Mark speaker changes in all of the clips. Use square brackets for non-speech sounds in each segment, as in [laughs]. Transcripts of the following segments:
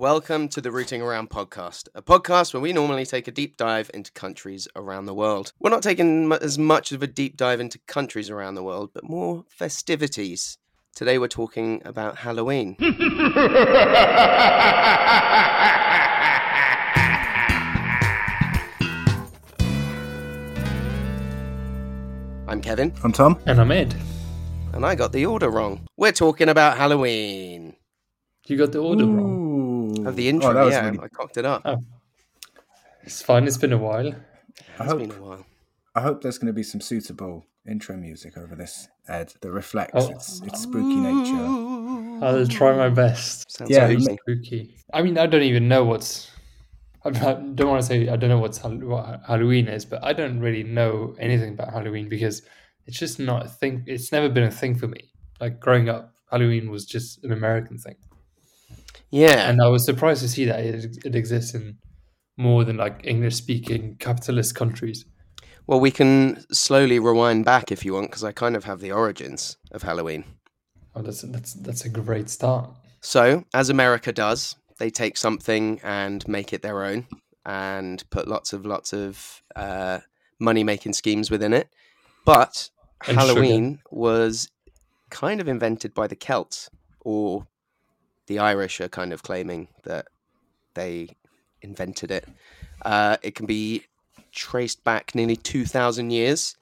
Speaker 1: Welcome to the Rooting Around podcast, a podcast where we normally take a deep dive into countries around the world. We're not taking mu- as much of a deep dive into countries around the world, but more festivities. Today we're talking about
Speaker 2: [laughs]
Speaker 1: Halloween. I'm Kevin,
Speaker 2: I'm Tom.
Speaker 3: And I'm Ed.
Speaker 1: and I got the order wrong. We're talking about Halloween.
Speaker 3: You got the order wrong.
Speaker 2: Ooh.
Speaker 1: Of the intro,
Speaker 2: Oh, that was
Speaker 1: yeah,
Speaker 2: really-
Speaker 1: I cocked it up.
Speaker 3: Oh, It's fine. It's been a while.
Speaker 2: I,
Speaker 1: it's
Speaker 2: hope,
Speaker 1: been a while.
Speaker 2: I hope there's going to be some suitable intro music over this, Ed, that reflects
Speaker 3: Oh.
Speaker 2: its, its spooky nature.
Speaker 3: I'll try my best.
Speaker 1: Sounds
Speaker 2: Yeah,
Speaker 1: amazing.
Speaker 2: mate.
Speaker 3: Spooky. I mean, I don't even know what's. I don't- I don't want to say I don't know what's Hall- what Halloween is, but I don't really know anything about Halloween because it's just not a thing. It's never been a thing for me. Like growing up, Halloween was just an American thing,
Speaker 1: yeah.
Speaker 3: and I was surprised to see that it, it exists in more than like English-speaking capitalist countries.
Speaker 1: Well, we can slowly rewind back if you want, because I kind of have the origins of Halloween.
Speaker 3: Oh, that's that's that's a great start.
Speaker 1: So, as America does, they take something and make it their own and put lots of lots of uh, money making schemes within it. But
Speaker 3: And sugar.
Speaker 1: Halloween was kind of invented by the Celts, or the Irish are kind of claiming that they invented it. Uh, it can be traced back nearly 2,000 years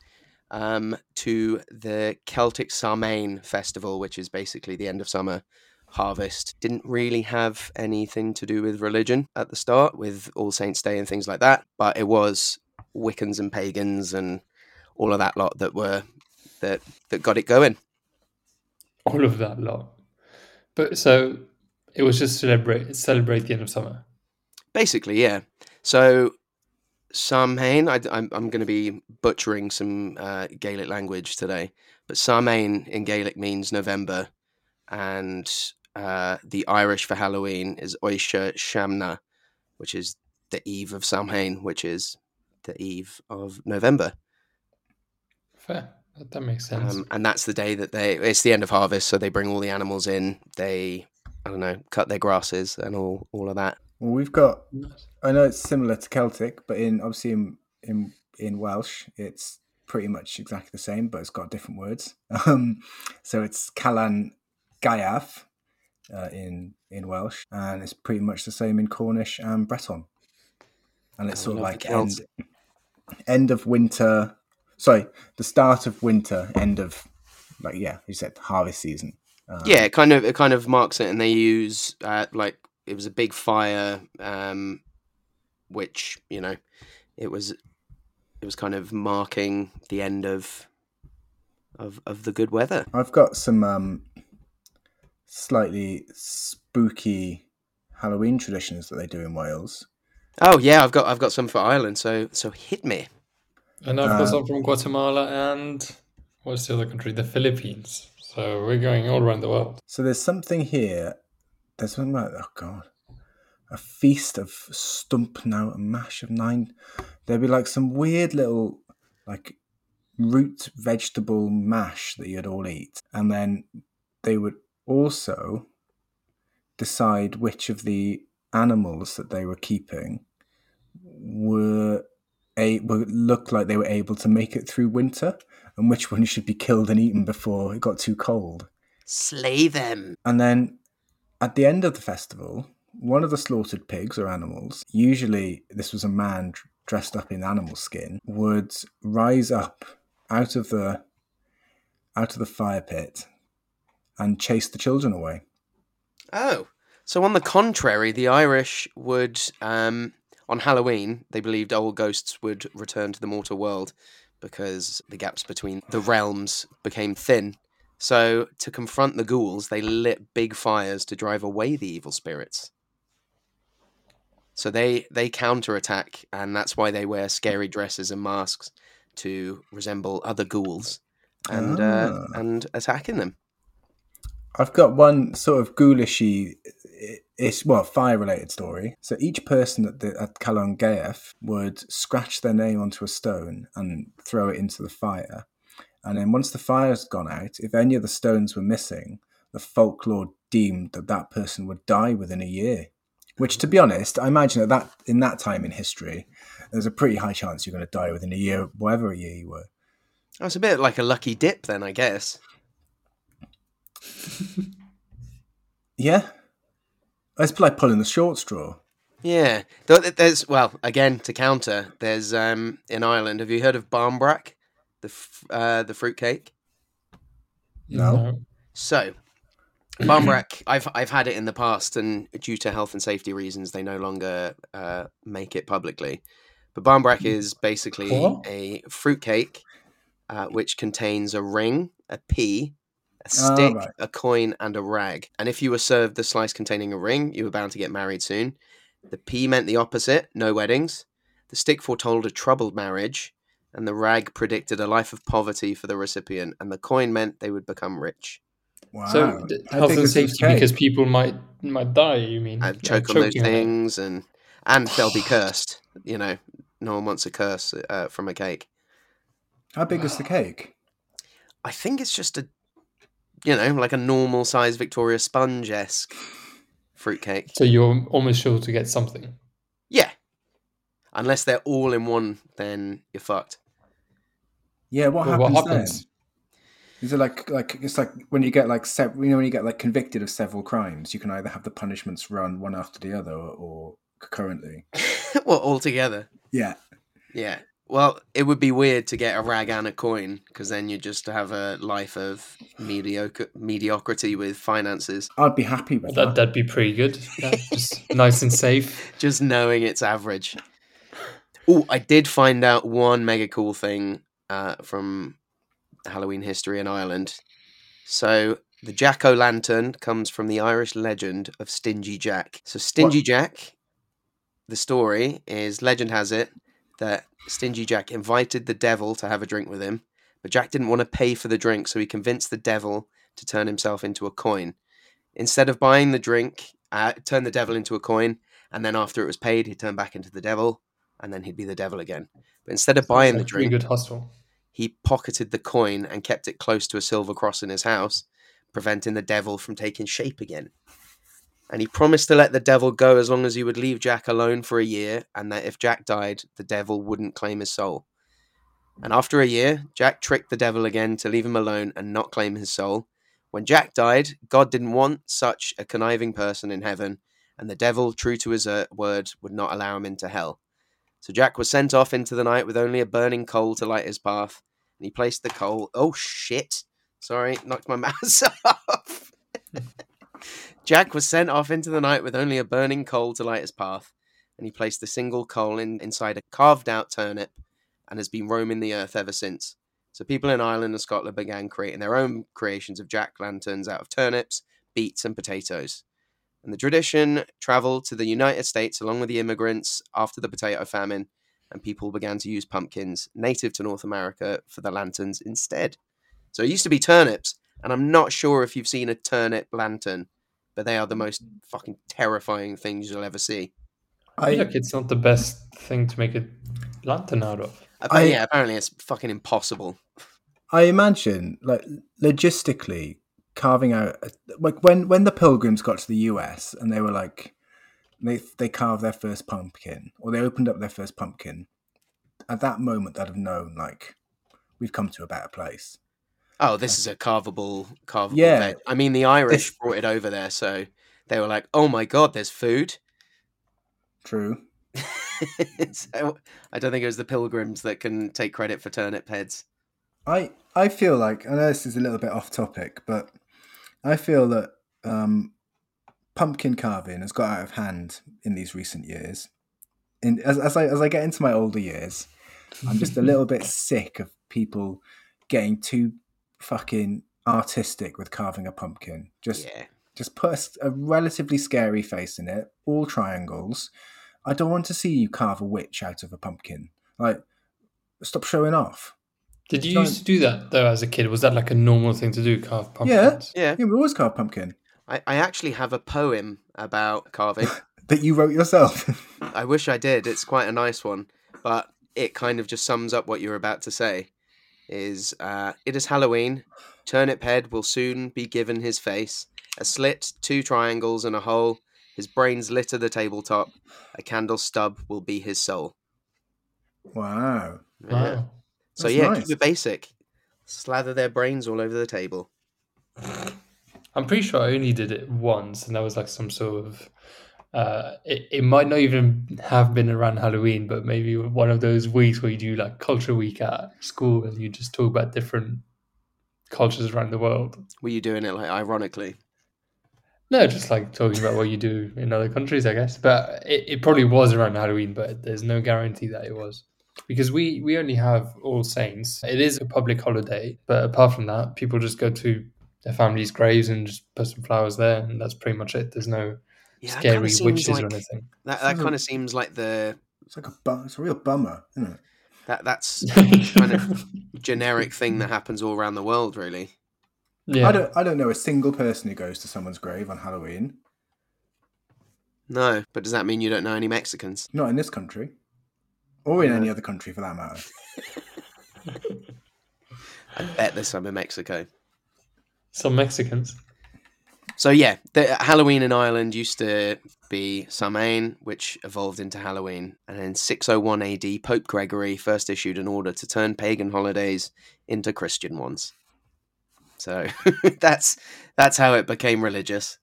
Speaker 1: um, to the Celtic Samhain festival, which is basically the end of summer harvest. Didn't really have anything to do with religion at the start, with All Saints' Day and things like that, but it was Wiccans and pagans and all of that lot that were that that got it going.
Speaker 3: all of that lot. But so it was just celebrate celebrate the end of summer.
Speaker 1: Basically, yeah. So Samhain, I, am I'm going to be butchering some uh, Gaelic language today, but Samhain in Gaelic means November, and uh, the Irish for Halloween is Oisha Shamna, which is the eve of Samhain, which is the eve of November.
Speaker 3: Fair. That, that makes sense.
Speaker 1: Um, and that's the day that they, it's the end of harvest, so they bring all the animals in, they, I don't know, cut their grasses and all, all of that.
Speaker 2: Well, we've got,
Speaker 3: Nice.
Speaker 2: I know it's similar to Celtic, but in obviously in, in, in Welsh, it's pretty much exactly the same, but it's got different words. [laughs] Um, so it's Calan Gaeaf uh, in, in Welsh, and it's pretty much the same in Cornish and Breton. And it's
Speaker 1: I
Speaker 2: sort of
Speaker 1: love the
Speaker 2: like
Speaker 1: Celts.
Speaker 2: end, end of winter, sorry, the start of winter, end of, like, yeah, you said harvest season. Uh,
Speaker 1: yeah, it kind of it kind of marks it, and they use uh, like it was a big fire, um, which you know, it was it was kind of marking the end of of of the good weather.
Speaker 2: I've got some um, slightly spooky Halloween traditions that they do in Wales.
Speaker 1: Oh yeah, I've got I've got some for Ireland, so so hit me.
Speaker 3: And of course,
Speaker 2: uh,
Speaker 3: I'm from Guatemala and what's the other country? The Philippines. So we're going all around the world.
Speaker 2: So there's something here. There's one about oh god, a feast of stump now, a mash of nine. There'd be like some weird little like root vegetable mash that you'd all eat, and then they would also decide which of the animals that they were keeping were a were, looked like they were able to make it through winter, and which one should be killed and eaten before it got too cold.
Speaker 1: Slay them.
Speaker 2: And then at the end of the festival, one of the slaughtered pigs or animals, usually this was a man d- dressed up in animal skin, would rise up out of the out of the fire pit and chase the children away.
Speaker 1: Oh, so on the contrary, the Irish would um, on Halloween they believed old ghosts would return to the mortal world because the gaps between the realms became thin. So to confront the ghouls, they lit big fires to drive away the evil spirits. So they they counterattack, and that's why they wear scary dresses and masks to resemble other ghouls and uh,
Speaker 2: Ah.
Speaker 1: and attacking them.
Speaker 2: I've got one sort of ghoulishy, i- it's well fire related story. So each person at the at Kalon Gaef would scratch their name onto a stone and throw it into the fire, and then once the fire's gone out, if any of the stones were missing, the folklore deemed that that person would die within a year Which, to be honest, I imagine at that in that time in history, there's a pretty high chance you're going to die within a year, whatever year you were.
Speaker 1: Oh, it's a bit like a lucky dip, then I guess.
Speaker 2: Yeah, it's like pulling the short straw.
Speaker 1: Yeah, Though th- there's well again to counter. There's um in Ireland. Have you heard of barmbrack, the f- uh, the fruit cake?
Speaker 2: No.
Speaker 1: So, barmbrack, I've I've had it in the past, and due to health and safety reasons, they no longer uh, make it publicly. But barmbrack is basically
Speaker 3: What?
Speaker 1: a fruit cake, uh, which contains a ring, a pea, a
Speaker 2: Ah,
Speaker 1: stick,
Speaker 2: right.
Speaker 1: a coin, and a rag. And if you were served the slice containing a ring, you were bound to get married soon. The pea meant the opposite: no weddings. The stick foretold a troubled marriage. And the rag predicted a life of poverty for the recipient, and the coin meant they would become rich.
Speaker 2: Wow.
Speaker 3: So d-
Speaker 2: I
Speaker 3: health
Speaker 2: think
Speaker 3: and
Speaker 2: this is
Speaker 3: safety
Speaker 2: okay.
Speaker 3: because people might might die. You mean
Speaker 1: and
Speaker 3: Like
Speaker 1: choke on those
Speaker 3: choking it.
Speaker 1: things, and and they'll
Speaker 3: [sighs]
Speaker 1: be cursed. You know, no one wants a curse uh, from a cake.
Speaker 2: how big was the cake?
Speaker 1: I think it's just a, you know, like a normal size Victoria sponge esque fruitcake.
Speaker 3: So you're almost sure to get something.
Speaker 1: Yeah, unless they're all in one, then you're fucked. [laughs]
Speaker 2: Yeah, what
Speaker 3: Well,
Speaker 2: happens,
Speaker 3: what
Speaker 2: then? Is it like like it's like when you get like sev- you know when you get like convicted of several crimes, you can either have the punishments run one after the other or, or concurrently.
Speaker 1: well, all together.
Speaker 2: Yeah,
Speaker 1: Yeah. Well, it would be weird to get a rag and a coin because then you just have a life of mediocre mediocrity with finances.
Speaker 2: I'd be happy with
Speaker 3: That
Speaker 2: that.
Speaker 3: that'd be pretty good. Yeah, just nice and safe.
Speaker 1: just knowing it's average. Oh, I did find out one mega cool thing uh, from Halloween history in Ireland. So the jack o' lantern comes from the Irish legend of Stingy Jack. So Stingy Jack, the story is legend has it that Stingy Jack invited the devil to have a drink with him, but Jack didn't want to pay for the drink, so he convinced the devil to turn himself into a coin. Instead of buying the drink, uh, turn the devil into a coin, and then after it was paid, he'd turn back into the devil, and then he'd be the devil again. But instead of buying [laughs] the
Speaker 3: That's a pretty
Speaker 1: drink,
Speaker 3: good hostel.
Speaker 1: he pocketed the coin and kept it close to a silver cross in his house, preventing the devil from taking shape again. And he promised to let the devil go as long as he would leave Jack alone for a year, and that if Jack died, the devil wouldn't claim his soul. And after a year, Jack tricked the devil again to leave him alone and not claim his soul. When Jack died, God didn't want such a conniving person in heaven, and the devil, true to his uh, word, would not allow him into hell. So Jack was sent off into the night with only a burning coal to light his path and he placed the coal. Oh shit! Sorry, knocked my [laughs] mouse off. [laughs] Jack was sent off into the night with only a burning coal to light his path, and he placed the single coal in, inside a carved out turnip and has been roaming the earth ever since. So people in Ireland and Scotland began creating their own creations of jack lanterns out of turnips, beets, and potatoes. And the tradition traveled to the United States along with the immigrants after the potato famine, and people began to use pumpkins native to North America for the lanterns instead. So it used to be turnips, and I'm not sure if you've seen a turnip lantern, but they are the most fucking terrifying things you'll ever see.
Speaker 3: I
Speaker 2: I
Speaker 3: feel like it's not the best thing to make a lantern out of.
Speaker 1: Appa-
Speaker 2: I-
Speaker 1: yeah, apparently it's fucking impossible.
Speaker 2: I imagine like logistically carving out a, like when when the pilgrims got to the US and they were like they they carved their first pumpkin or they opened up their first pumpkin at that moment they'd have known like we've come to a better place
Speaker 1: Oh, this is a carvable, carvable
Speaker 2: Yeah.
Speaker 1: veg. I mean, the Irish
Speaker 2: This-
Speaker 1: brought it over there, so they were like, "Oh my god, there's food." [laughs]
Speaker 2: true
Speaker 1: so I don't think it was the pilgrims that can take credit for turnip heads.
Speaker 2: I I feel like I know this is a little bit off topic, but I feel that um, pumpkin carving has got out of hand in these recent years. And as, as I as I get into my older years, I'm just a little bit sick of people getting too fucking artistic with carving a pumpkin. Just
Speaker 1: Yeah,
Speaker 2: just put a s- a, relatively scary face in it, all triangles. I don't want to see you carve a witch out of a pumpkin. Like, stop showing off.
Speaker 3: Did you
Speaker 2: Giant-
Speaker 3: used to do that though as a kid? Was that like a normal thing to do? Carve
Speaker 2: Yeah.
Speaker 3: pumpkins?
Speaker 1: yeah.
Speaker 2: Yeah, we always carve pumpkin.
Speaker 1: I, I actually have a poem about carving.
Speaker 2: that you wrote yourself. [laughs]
Speaker 1: I wish I did. It's quite a nice one, but it kind of just sums up what you're about to say. Is uh, it is Halloween? Turnip head will soon be given his face. A slit, two triangles, and a hole. His brains litter the tabletop. A candle stub will be his soul.
Speaker 2: Wow.
Speaker 1: Yeah.
Speaker 3: Wow.
Speaker 1: So
Speaker 2: That's
Speaker 1: yeah,
Speaker 2: nice.
Speaker 1: keep it basic. Slather their brains all over the table.
Speaker 3: I'm pretty sure I only did it once, and that was like some sort of. Uh, it, it might not even have been around Halloween, but maybe one of those weeks where you do like culture week at school and you just talk about different cultures around the world.
Speaker 1: Were you doing it like ironically?
Speaker 3: No, just like talking about what you do in other countries, I guess. But it, it probably was around Halloween, but there's no guarantee that it was. Because we, we only have All Saints. It is a public holiday, but apart from that, people just go to their families' graves and just put some flowers there, and that's pretty much it. There's no
Speaker 1: Yeah, that kind
Speaker 3: scary
Speaker 1: of
Speaker 3: witches
Speaker 1: seems
Speaker 3: or
Speaker 1: like [laughs]
Speaker 3: anything.
Speaker 1: that, that
Speaker 2: Sounds
Speaker 1: kind
Speaker 2: like-
Speaker 1: of seems like the
Speaker 2: It's like a bum. It's a real bummer, isn't it?
Speaker 1: that
Speaker 2: [laughs]
Speaker 1: that's kind of- generic thing that happens all around the world, really.
Speaker 3: [laughs] yeah.
Speaker 2: I don't. I don't know a single person who goes to someone's grave on Halloween.
Speaker 1: No, but does that mean you don't know any Mexicans?
Speaker 2: Not in this country, or in
Speaker 1: No.
Speaker 2: any other country for that matter.
Speaker 1: I bet there's some in Mexico.
Speaker 3: Some Mexicans.
Speaker 1: So yeah, the, Halloween in Ireland used to be Samhain, which evolved into Halloween, and oh in 601 AD, Pope Gregory first issued an order to turn pagan holidays into Christian ones. So [laughs] that's that's how it became religious.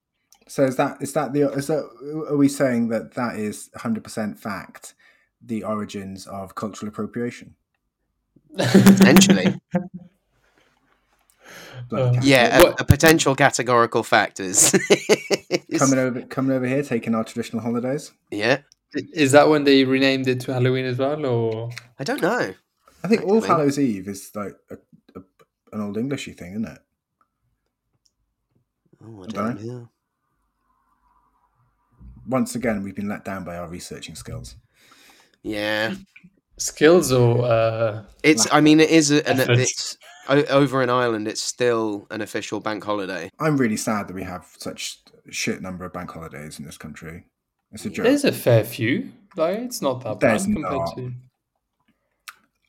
Speaker 2: So is that is that the is that are we saying that that is hundred percent fact? The origins of cultural appropriation.
Speaker 1: Potentially,
Speaker 2: Bloody
Speaker 3: Um,
Speaker 2: cat.
Speaker 1: yeah, a,
Speaker 3: What-
Speaker 1: a potential categorical fact [laughs] is, is-
Speaker 2: coming over coming over here, taking our traditional holidays.
Speaker 1: yeah.
Speaker 3: [laughs] Is that when they renamed it to Halloween as well, or
Speaker 1: I don't know.
Speaker 2: I think All
Speaker 1: Actually.
Speaker 2: Hallows Eve is like a, a, an old Englishy thing, isn't it?
Speaker 1: Oh, I
Speaker 2: dunno.
Speaker 1: don't know.
Speaker 2: Once again, we've been let down by our researching skills.
Speaker 1: Yeah,
Speaker 3: skills or uh,
Speaker 1: it's. I mean, it is a, an,
Speaker 3: Effort.
Speaker 1: it's o- over in Ireland. It's still an official bank holiday.
Speaker 2: I'm really sad that we have such shit number of bank holidays in this country. It's a
Speaker 1: Yeah.
Speaker 2: joke.
Speaker 3: There's a fair few. Like it's not that
Speaker 2: There's
Speaker 3: bad compared
Speaker 2: not.
Speaker 3: to.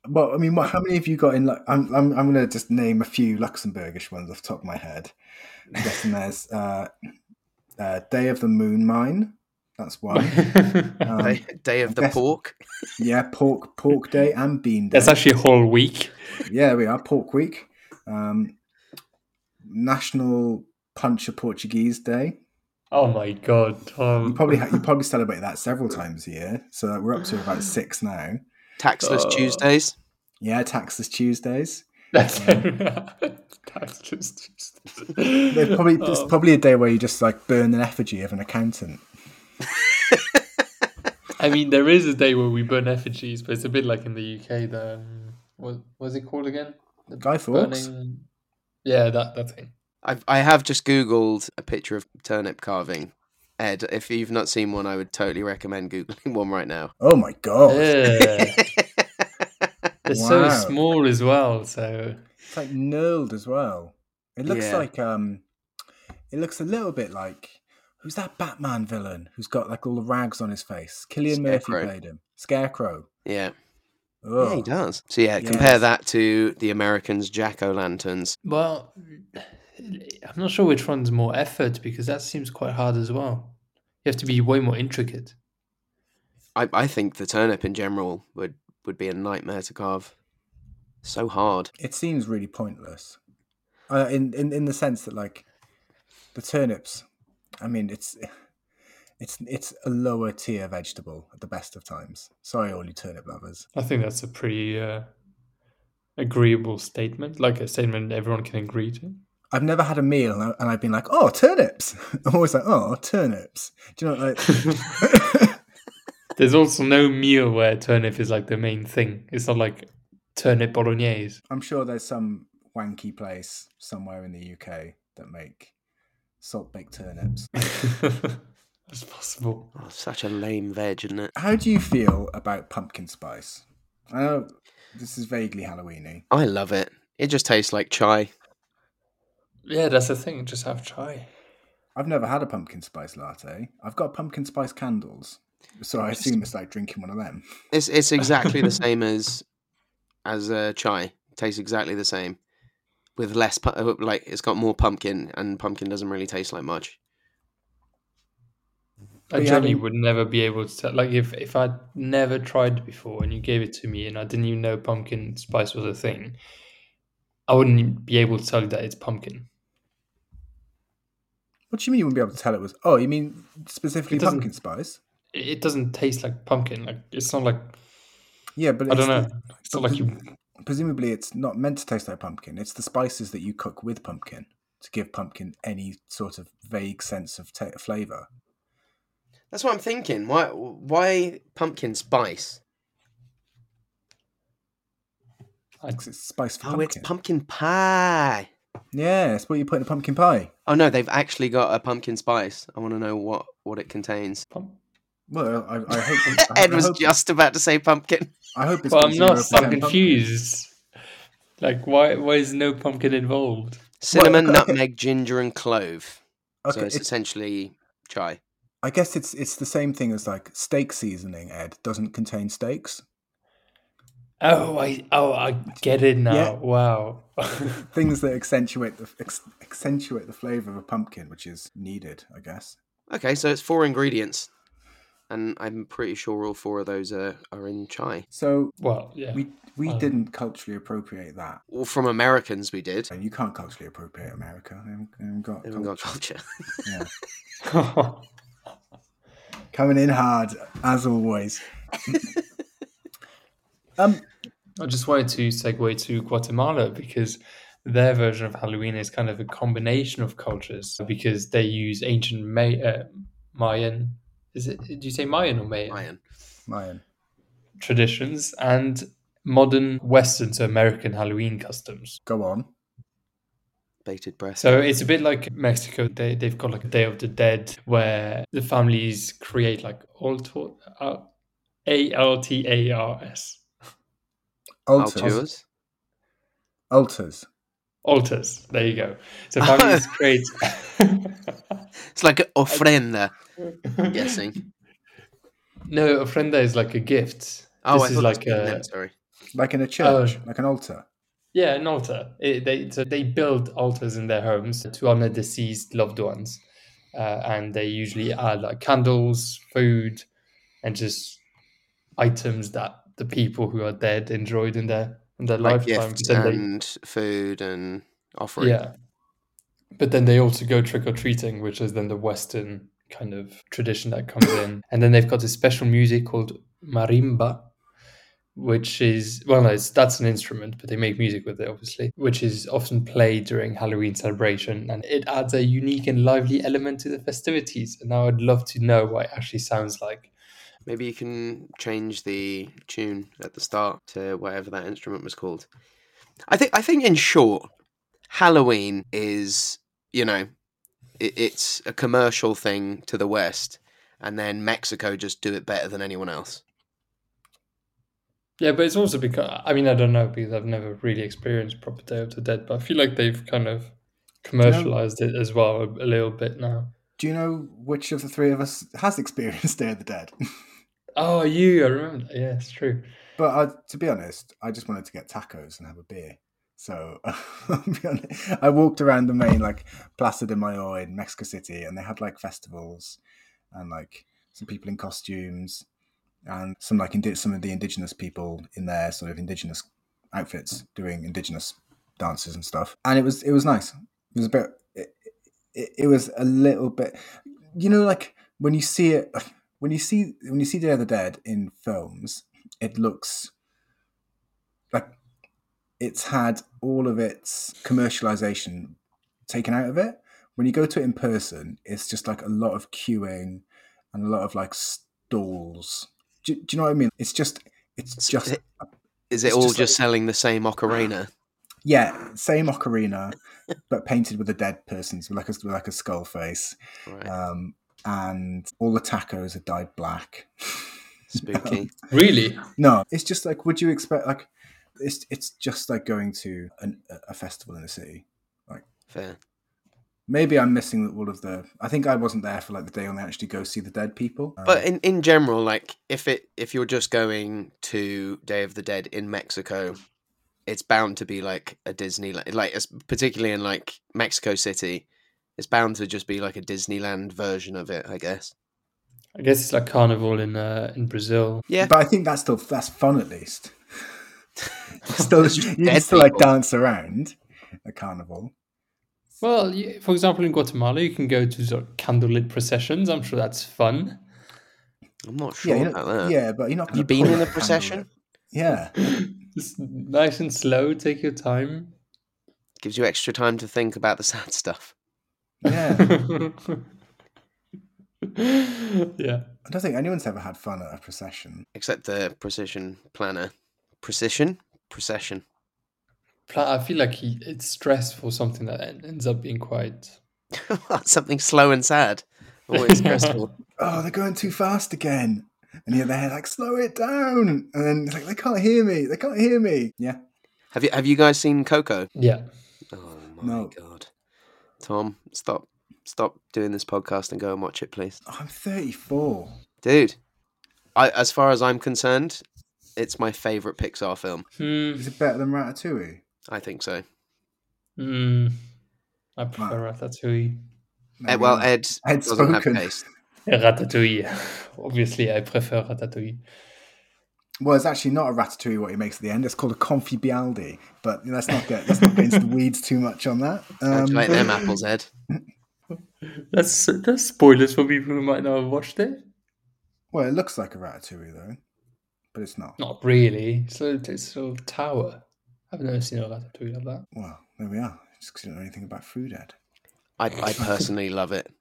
Speaker 2: Well, I mean, what, how many have you got in? Like, I'm, I'm, I'm going to just name a few Luxembourgish ones off the top of my head. I'm guessing there's uh, uh, Day of the Moon Mine. That's
Speaker 3: [laughs]
Speaker 2: one. Um,
Speaker 1: Day, Day of the
Speaker 2: Yes.
Speaker 1: Pork.
Speaker 2: yeah, Pork Pork Day and Bean Day.
Speaker 3: That's actually a whole week.
Speaker 2: yeah, there we are Pork Week. Um, National Punch a Portuguese Day.
Speaker 3: Oh my god, Tom.
Speaker 2: You probably ha- you probably celebrate that several times a year. So we're up to about six now.
Speaker 1: Taxless
Speaker 3: Oh.
Speaker 1: Tuesdays.
Speaker 2: Yeah,
Speaker 1: [laughs]
Speaker 2: Taxes Tuesdays.
Speaker 3: [laughs] That's, that's just. just...
Speaker 2: They're probably it's
Speaker 3: Oh.
Speaker 2: probably a day where you just like burn an effigy of an accountant.
Speaker 3: I mean, there is a day where we burn effigies, but it's a bit like in the UK. The um, what was it called again?
Speaker 2: Guy Fawkes.
Speaker 3: Burning. Yeah, that that thing.
Speaker 1: I've, I have just Googled a picture of turnip carving. Ed, if you've not seen one, I would totally recommend Googling [laughs] one right now.
Speaker 2: Oh my god!
Speaker 3: Yeah. They're so
Speaker 2: Wow.
Speaker 3: small as well. So
Speaker 2: It's like knurled as well. It looks
Speaker 1: Yeah.
Speaker 2: like um, it looks a little bit like who's that Batman villain who's got like all the rags on his face? Killian
Speaker 1: Scarecrow.
Speaker 2: Murphy played him. Scarecrow.
Speaker 1: [laughs] Yeah,
Speaker 2: Oh,
Speaker 1: yeah he does. So yeah,
Speaker 2: Yes.
Speaker 1: compare that to the Americans' jack o' lanterns.
Speaker 3: Well, I'm not sure which one's more effort because that seems quite hard as well. You have to be way more intricate.
Speaker 1: I, I think the turnip in general would would be a nightmare to carve. So hard.
Speaker 2: it seems really pointless. Uh, in in in the sense that like the turnips, I mean it's. It's it's a lower tier vegetable at the best of times. Sorry, all you turnip lovers.
Speaker 3: I think that's a pretty uh, agreeable statement, like a statement everyone can agree to.
Speaker 2: I've never had a meal and I- and I've been like, oh, turnips. [laughs] I'm always like, oh, turnips. Do you know, like, [laughs]
Speaker 3: There's also no meal where turnip is like the main thing. It's not like turnip bolognese.
Speaker 2: I'm sure there's some wanky place somewhere in the UK that make salt baked turnips.
Speaker 3: [laughs] That's possible.
Speaker 1: Oh, such a lame veg, isn't it?
Speaker 2: How do you feel about pumpkin spice? I know this is vaguely Halloweeny.
Speaker 1: I love it. It just tastes like chai.
Speaker 3: Yeah, that's the thing. Just have chai.
Speaker 2: I've never had a pumpkin spice latte. I've got pumpkin spice candles, so I assume it's like drinking one of them.
Speaker 1: It's it's exactly the same as as uh, chai. Tastes exactly the same, with less pu- uh, like it's got more pumpkin, and pumpkin doesn't really taste like much.
Speaker 3: I
Speaker 2: Yeah, I
Speaker 3: generally
Speaker 2: mean-
Speaker 3: would never be able to tell. Like if if I'd never tried before and you gave it to me and I didn't even know pumpkin spice was a thing, I wouldn't be able to tell you that it's pumpkin.
Speaker 2: What do you mean you wouldn't be able to tell it was? Oh, you mean specifically
Speaker 3: It doesn't-
Speaker 2: pumpkin spice?
Speaker 3: It it doesn't taste like pumpkin. Like it's not like
Speaker 2: Yeah, but
Speaker 3: I
Speaker 2: it's
Speaker 3: don't know.
Speaker 2: the-
Speaker 3: It's not like you.
Speaker 2: presumably it's not meant to taste like pumpkin. It's the spices that you cook with pumpkin to give pumpkin any sort of vague sense of ta flavor.
Speaker 1: That's what I'm thinking. Why why pumpkin spice?
Speaker 3: I,
Speaker 2: 'Cause it's spice for
Speaker 1: Oh,
Speaker 2: pumpkin.
Speaker 1: it's pumpkin pie.
Speaker 2: yeah, it's what you put in a pumpkin pie.
Speaker 1: Oh no, they've actually got a pumpkin spice. I want to know what what it contains.
Speaker 3: pump-
Speaker 2: Well, I, I
Speaker 1: [laughs]
Speaker 2: hope. I,
Speaker 1: Ed was
Speaker 2: hope,
Speaker 1: just about to say pumpkin.
Speaker 2: I hope it's.
Speaker 3: well,
Speaker 2: got
Speaker 3: I'm not.
Speaker 2: 0%
Speaker 3: I'm
Speaker 2: pumpkin.
Speaker 3: confused. Like why? Why is no pumpkin involved?
Speaker 1: Cinnamon,
Speaker 2: okay, okay.
Speaker 1: nutmeg, ginger, and clove. so
Speaker 2: Okay,
Speaker 1: it's
Speaker 2: it's-
Speaker 1: essentially chai.
Speaker 2: I guess it's it's the same thing as like steak seasoning. Ed doesn't contain steaks.
Speaker 3: Oh, I oh I get it now.
Speaker 2: Yeah.
Speaker 3: Wow. [laughs]
Speaker 2: Things that accentuate the ex, accentuate the flavor of a pumpkin, which is needed, I guess.
Speaker 1: Okay, so it's four ingredients, and I'm pretty sure all four of those are, are in chai.
Speaker 2: So
Speaker 3: well, yeah. [laughs]
Speaker 2: we we
Speaker 3: Um,
Speaker 2: didn't culturally appropriate that.
Speaker 1: Well, from Americans, we did.
Speaker 2: And you can't culturally appropriate America. They haven't, they haven't got
Speaker 1: They haven't got
Speaker 2: culture.
Speaker 1: culture.
Speaker 2: Yeah. Coming in hard as always.
Speaker 1: [laughs]
Speaker 2: um,
Speaker 3: I just wanted to segue to Guatemala because their version of Halloween is kind of a combination of cultures because they use ancient May- uh, Mayan. Is it? Do you say Mayan or Mayan?
Speaker 1: Ryan.
Speaker 2: Mayan.
Speaker 3: traditions and modern Western, so American Halloween customs.
Speaker 2: Go on.
Speaker 1: Bated breath.
Speaker 3: So it's a bit like Mexico. They they've got like a Day of the Dead where the families create like altar, uh, A L T A R S
Speaker 2: Altars.
Speaker 1: Altures.
Speaker 2: Altars.
Speaker 3: altars. There you go. So
Speaker 1: [laughs]
Speaker 3: families create. [laughs]
Speaker 1: It's like an ofrenda, I'm
Speaker 3: [laughs]
Speaker 1: guessing.
Speaker 3: No, ofrenda is like a gift.
Speaker 1: Oh,
Speaker 3: this
Speaker 1: I
Speaker 3: is
Speaker 1: thought
Speaker 3: like
Speaker 1: it was
Speaker 3: a
Speaker 1: them, sorry.
Speaker 2: Like in a church,
Speaker 3: Oh.
Speaker 2: like an altar.
Speaker 3: Yeah, an altar. It, they so they build altars in their homes to honor deceased loved ones, uh, and they usually add like candles, food, and just items that the people who are dead enjoyed in their in their
Speaker 1: Like
Speaker 3: lifetime.
Speaker 1: gifts
Speaker 3: But then
Speaker 1: and food and
Speaker 3: they,
Speaker 1: offering.
Speaker 3: yeah, but then they also go trick or treating, which is then the Western kind of tradition that comes in, and then they've got this special music called marimba, which is well, no, it's, that's an instrument, but they make music with it, obviously, which is often played during Halloween celebration, and it adds a unique and lively element to the festivities. And now I'd love to know what it actually sounds like.
Speaker 1: Maybe you can change the tune at the start to whatever that instrument was called. I think. I think in short, Halloween is you know, it, it's a commercial thing to the West, and then Mexico just do it better than anyone else.
Speaker 3: Yeah, but it's also because I mean I don't know because I've never really experienced proper Day of the Dead, but I feel like they've kind of commercialized it as well a, a little bit now.
Speaker 2: Do you know which of the three of us has experienced Day of the Dead? [laughs]
Speaker 3: Oh, you! I remember. that. Yeah, it's true.
Speaker 2: but I, to be honest, I just wanted to get tacos and have a beer. So [laughs] I'll be honest, I walked around the main like Plaza de Mayo in Mexico City, and they had like festivals and like some people in costumes and some like indi- some of the indigenous people in their sort of indigenous outfits doing indigenous dances and stuff. And it was it was nice. It was a bit. It, it, it was a little bit. You know, like when you see it, [sighs] when you see when you see Day of the Dead in films, it looks like it's had all of its commercialization taken out of it. When you go to it in person, it's just like a lot of queuing and a lot of like stalls. Do, do you know what I mean? It's just, it's
Speaker 1: It's-
Speaker 2: just,
Speaker 1: Is it
Speaker 2: It's
Speaker 1: all
Speaker 2: just
Speaker 1: just, selling the same ocarina?
Speaker 2: yeah, same ocarina, but painted with a dead person's, with like a, with like a skull face.
Speaker 1: Right,
Speaker 2: Um, and all the tacos are dyed black. [laughs]
Speaker 1: spooky.
Speaker 3: Really?
Speaker 2: No, it's just like, would you expect like, it's it's just like going to an, a festival in the city.
Speaker 1: Fair.
Speaker 2: Maybe I'm missing all of the. I think I wasn't there for like the day when they actually go see the dead people. Um,
Speaker 1: But in, in general, like if it if you're just going to Day of the Dead in Mexico, it's bound to be like a Disneyland, like it's- particularly in like Mexico City, it's bound to just be like a Disneyland version of it, I guess.
Speaker 3: I guess it's like carnival in uh, in Brazil.
Speaker 1: Yeah.
Speaker 2: But I think that's still that's fun at least.
Speaker 1: [laughs]
Speaker 2: still,
Speaker 1: It's just
Speaker 2: you can
Speaker 1: dead
Speaker 2: still like
Speaker 1: people.
Speaker 2: dance around a carnival.
Speaker 3: Well, you, for example, in Guatemala, you can go to sort of candlelit processions. I'm sure that's fun.
Speaker 1: I'm not
Speaker 2: Yeah,
Speaker 1: sure
Speaker 2: you're
Speaker 1: about
Speaker 2: not,
Speaker 1: that.
Speaker 2: yeah, but you're not.
Speaker 1: Have you
Speaker 2: gonna
Speaker 1: been
Speaker 2: pull
Speaker 1: in
Speaker 2: a
Speaker 1: a procession?
Speaker 2: candle. Yeah,
Speaker 3: Just nice and slow. Take your time. [laughs]
Speaker 1: Gives you extra time to think about the [laughs] sad stuff.
Speaker 2: yeah.
Speaker 3: yeah.
Speaker 2: I don't think anyone's ever had fun at a procession.
Speaker 1: Except the precision planner. Precision? Procession. [laughs]
Speaker 3: Pla- I feel like he, it's stressful, something that en- ends up being quite.
Speaker 1: Something slow and sad.
Speaker 2: [laughs]
Speaker 1: Always
Speaker 3: Yeah.
Speaker 1: stressful.
Speaker 2: Oh, they're going too fast again. And you're there like, slow it down. And then it's like, they can't hear me. They can't hear me. Yeah.
Speaker 1: Have you have you guys seen Coco?
Speaker 3: Yeah.
Speaker 1: Oh my
Speaker 2: No.
Speaker 1: god. Tom, stop stop doing this podcast and go and watch it, please.
Speaker 2: Oh, I'm 34.
Speaker 1: Dude. I, as far as I'm concerned, it's my favourite Pixar film.
Speaker 3: Hmm.
Speaker 2: Is it better than Ratatouille?
Speaker 1: I think so.
Speaker 3: Mm. I prefer Ratatouille. Eh,
Speaker 1: Eh, well, Ed
Speaker 2: Ed's
Speaker 1: doesn't
Speaker 2: spoken.
Speaker 1: have taste.
Speaker 3: Ratatouille. [laughs] Obviously, I prefer Ratatouille.
Speaker 2: Well, it's actually not a Ratatouille what he makes at the end. It's called a Confibialdi. But let's not get let's not get
Speaker 1: [laughs]
Speaker 2: into the weeds too much on that.
Speaker 1: How'd you like
Speaker 2: [laughs] Um, [laughs]
Speaker 1: them apples, Ed?
Speaker 3: That's that's spoilers for people who might not have watched it.
Speaker 2: well, it looks like a Ratatouille though, but it's not.
Speaker 3: Not really. It's a little, it's a little tower. I've never seen a Ratatouille like that.
Speaker 2: Well, there we are. Just 'cause you don't know anything about food, Ed.
Speaker 1: I, I personally love it.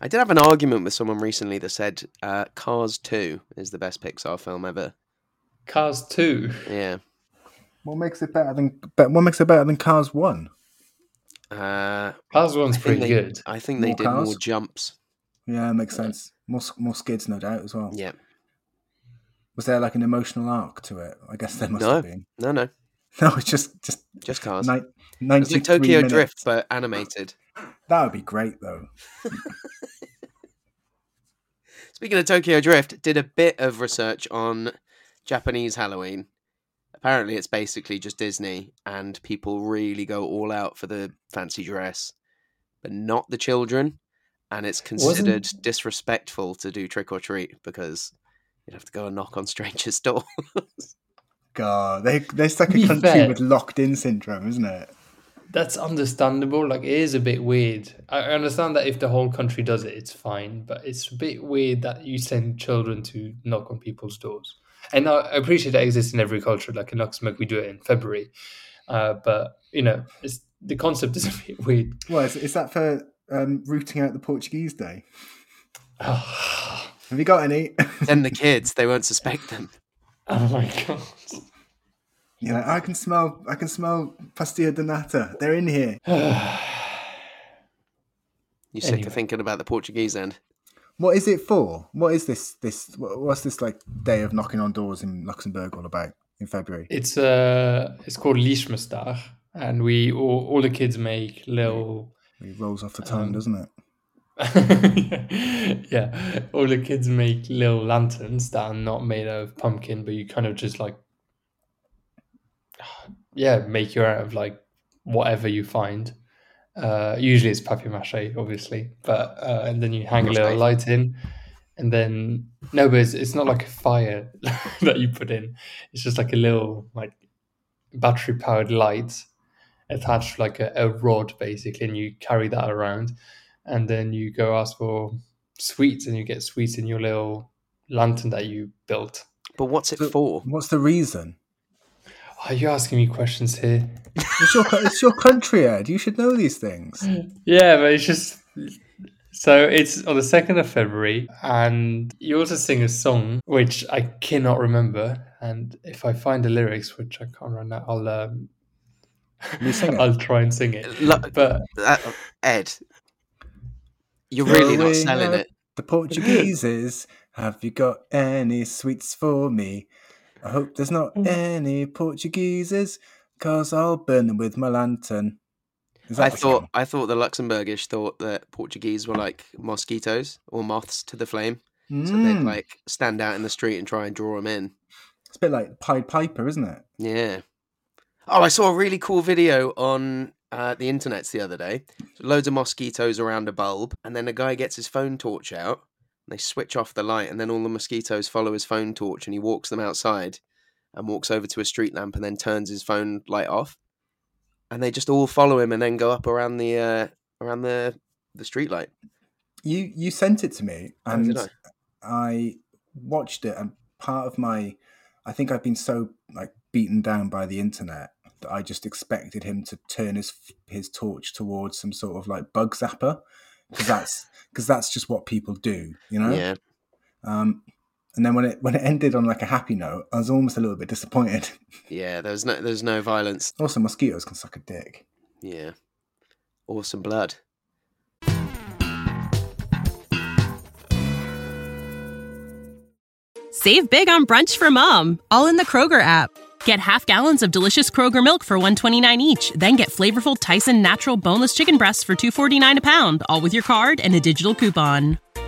Speaker 1: I did have an argument with someone recently that said uh, Cars 2 is the best Pixar film ever.
Speaker 3: Cars Two.
Speaker 1: Yeah.
Speaker 2: What makes it better than but what makes it better than Cars One?
Speaker 1: Uh,
Speaker 3: Cars One's
Speaker 1: I think
Speaker 3: pretty
Speaker 1: they-
Speaker 3: good.
Speaker 1: I think they
Speaker 2: More
Speaker 1: did more
Speaker 2: cars?
Speaker 1: jumps.
Speaker 2: Yeah, makes sense. More s- more skids, no doubt, as well.
Speaker 1: Uh, Yeah.
Speaker 2: Was there like an emotional arc to it? I guess there must
Speaker 1: No.
Speaker 2: have been. [laughs]
Speaker 1: No, no.
Speaker 2: No, it's just just
Speaker 1: Just Cars.
Speaker 2: ni-
Speaker 1: It's
Speaker 2: ninety
Speaker 1: like Tokyo
Speaker 2: minutes.
Speaker 1: Drift, but animated.
Speaker 2: That would be great though.
Speaker 1: Speaking of Tokyo Drift, did a bit of research on Japanese Halloween. Apparently, it's basically just Disney, and people really go all out for the fancy dress, but not the children. And it's
Speaker 3: Wasn't-
Speaker 1: considered disrespectful to do trick or treat because you'd have to go and knock on strangers' door. [laughs]
Speaker 2: God, they they're like
Speaker 3: Be
Speaker 2: a country
Speaker 3: fair.
Speaker 2: with locked in syndrome, isn't it?
Speaker 3: That's understandable. Like, it is a bit weird. I I understand that if the whole country does it, it's fine. But it's a bit weird that you send children to knock on people's doors. And I I appreciate that exists in every culture. Like in Luxembourg, we do it in February. Uh, but you know, it's the concept [laughs] is a bit weird. [sighs]
Speaker 2: Well, is, is that for um, rooting out the Portuguese day?
Speaker 3: Oh,
Speaker 2: Have you got any? [laughs]
Speaker 1: then the kids, they won't suspect them.
Speaker 3: my god! [sighs]
Speaker 2: You're like, I can smell, I can smell pastilla donata. They're in here.
Speaker 1: You sick
Speaker 3: Anyway.
Speaker 1: of thinking about the Portuguese end?
Speaker 2: What is it for? What is this? This wha- what's this like day of knocking on doors in Luxembourg all about in February?
Speaker 3: It's uh, it's called Lichmestar, and we all, all the kids make little
Speaker 2: It rolls off the tongue,
Speaker 3: Um,
Speaker 2: doesn't it?
Speaker 3: [laughs] yeah, all the kids make little lanterns that are not made out of pumpkin, but you kind of just like, [sighs] yeah, make your out of like whatever you find. Uh, usually it's papier mache, obviously, but uh, and then you hang a little
Speaker 1: Right.
Speaker 3: light in, and then no, but it's, it's not like a fire [laughs] that you put in. It's just like a little like battery powered light attached to like a, a rod basically, and you carry that around and then you go ask for sweets and you get sweets in your little lantern that you built.
Speaker 1: But what's it
Speaker 2: So-
Speaker 1: for?
Speaker 2: What's the reason?
Speaker 3: Are you asking me questions here?
Speaker 2: It's your co- it's your country, Ed. You should know these things.
Speaker 3: Yeah, but it's just so it's on the second of February, and you also sing a song which I cannot remember, and if I find the lyrics, which I can't right now, I'll um,
Speaker 2: You sing it.
Speaker 3: I'll try and sing it.
Speaker 1: Lo-
Speaker 3: But
Speaker 1: uh, Ed, you're really not
Speaker 3: uh,
Speaker 2: Growing
Speaker 1: selling
Speaker 2: up
Speaker 1: it.
Speaker 2: The Portugueses, have you got any sweets for me? I hope there's not any Portugueses, cause I'll burn them with my lantern. Is
Speaker 1: I
Speaker 2: the
Speaker 1: thought
Speaker 2: song?
Speaker 1: I thought the Luxembourgish thought that Portuguese were like mosquitoes or moths to the flame, so they'd
Speaker 2: Mm,
Speaker 1: like stand out in the street and try and draw them in.
Speaker 2: It's a bit like Pied Piper, isn't it?
Speaker 1: Yeah. Oh, I saw a really cool video on uh, the internet the other day. Loads of mosquitoes around a bulb, and then a guy gets his phone torch out They switch off the light, and then all the mosquitoes follow his phone torch, and he walks them outside, and walks over to a street lamp, and then turns his phone light off, and they just all follow him, and then go up around the uh, around the the street light.
Speaker 2: You you sent it to me,
Speaker 1: How Oh, did
Speaker 2: and
Speaker 1: I?
Speaker 2: I watched it, and part of my, I think I've been so like beaten down by the internet that I just expected him to turn his his torch towards some sort of like bug zapper,
Speaker 1: [laughs]
Speaker 2: because that's because that's just what people do, you know.
Speaker 1: Yeah,
Speaker 2: Um, and then when it when it ended on like a happy note, I was almost a little bit disappointed. [laughs]
Speaker 1: yeah. There's no there's no violence.
Speaker 2: also, mosquitoes can suck a dick.
Speaker 1: Yeah, awesome blood.
Speaker 4: Save big on brunch for mom, all in the Kroger app. Get half gallons of delicious Kroger milk for 129 each, then get flavorful Tyson natural boneless chicken breasts for 249 a pound, all with your card and a digital coupon.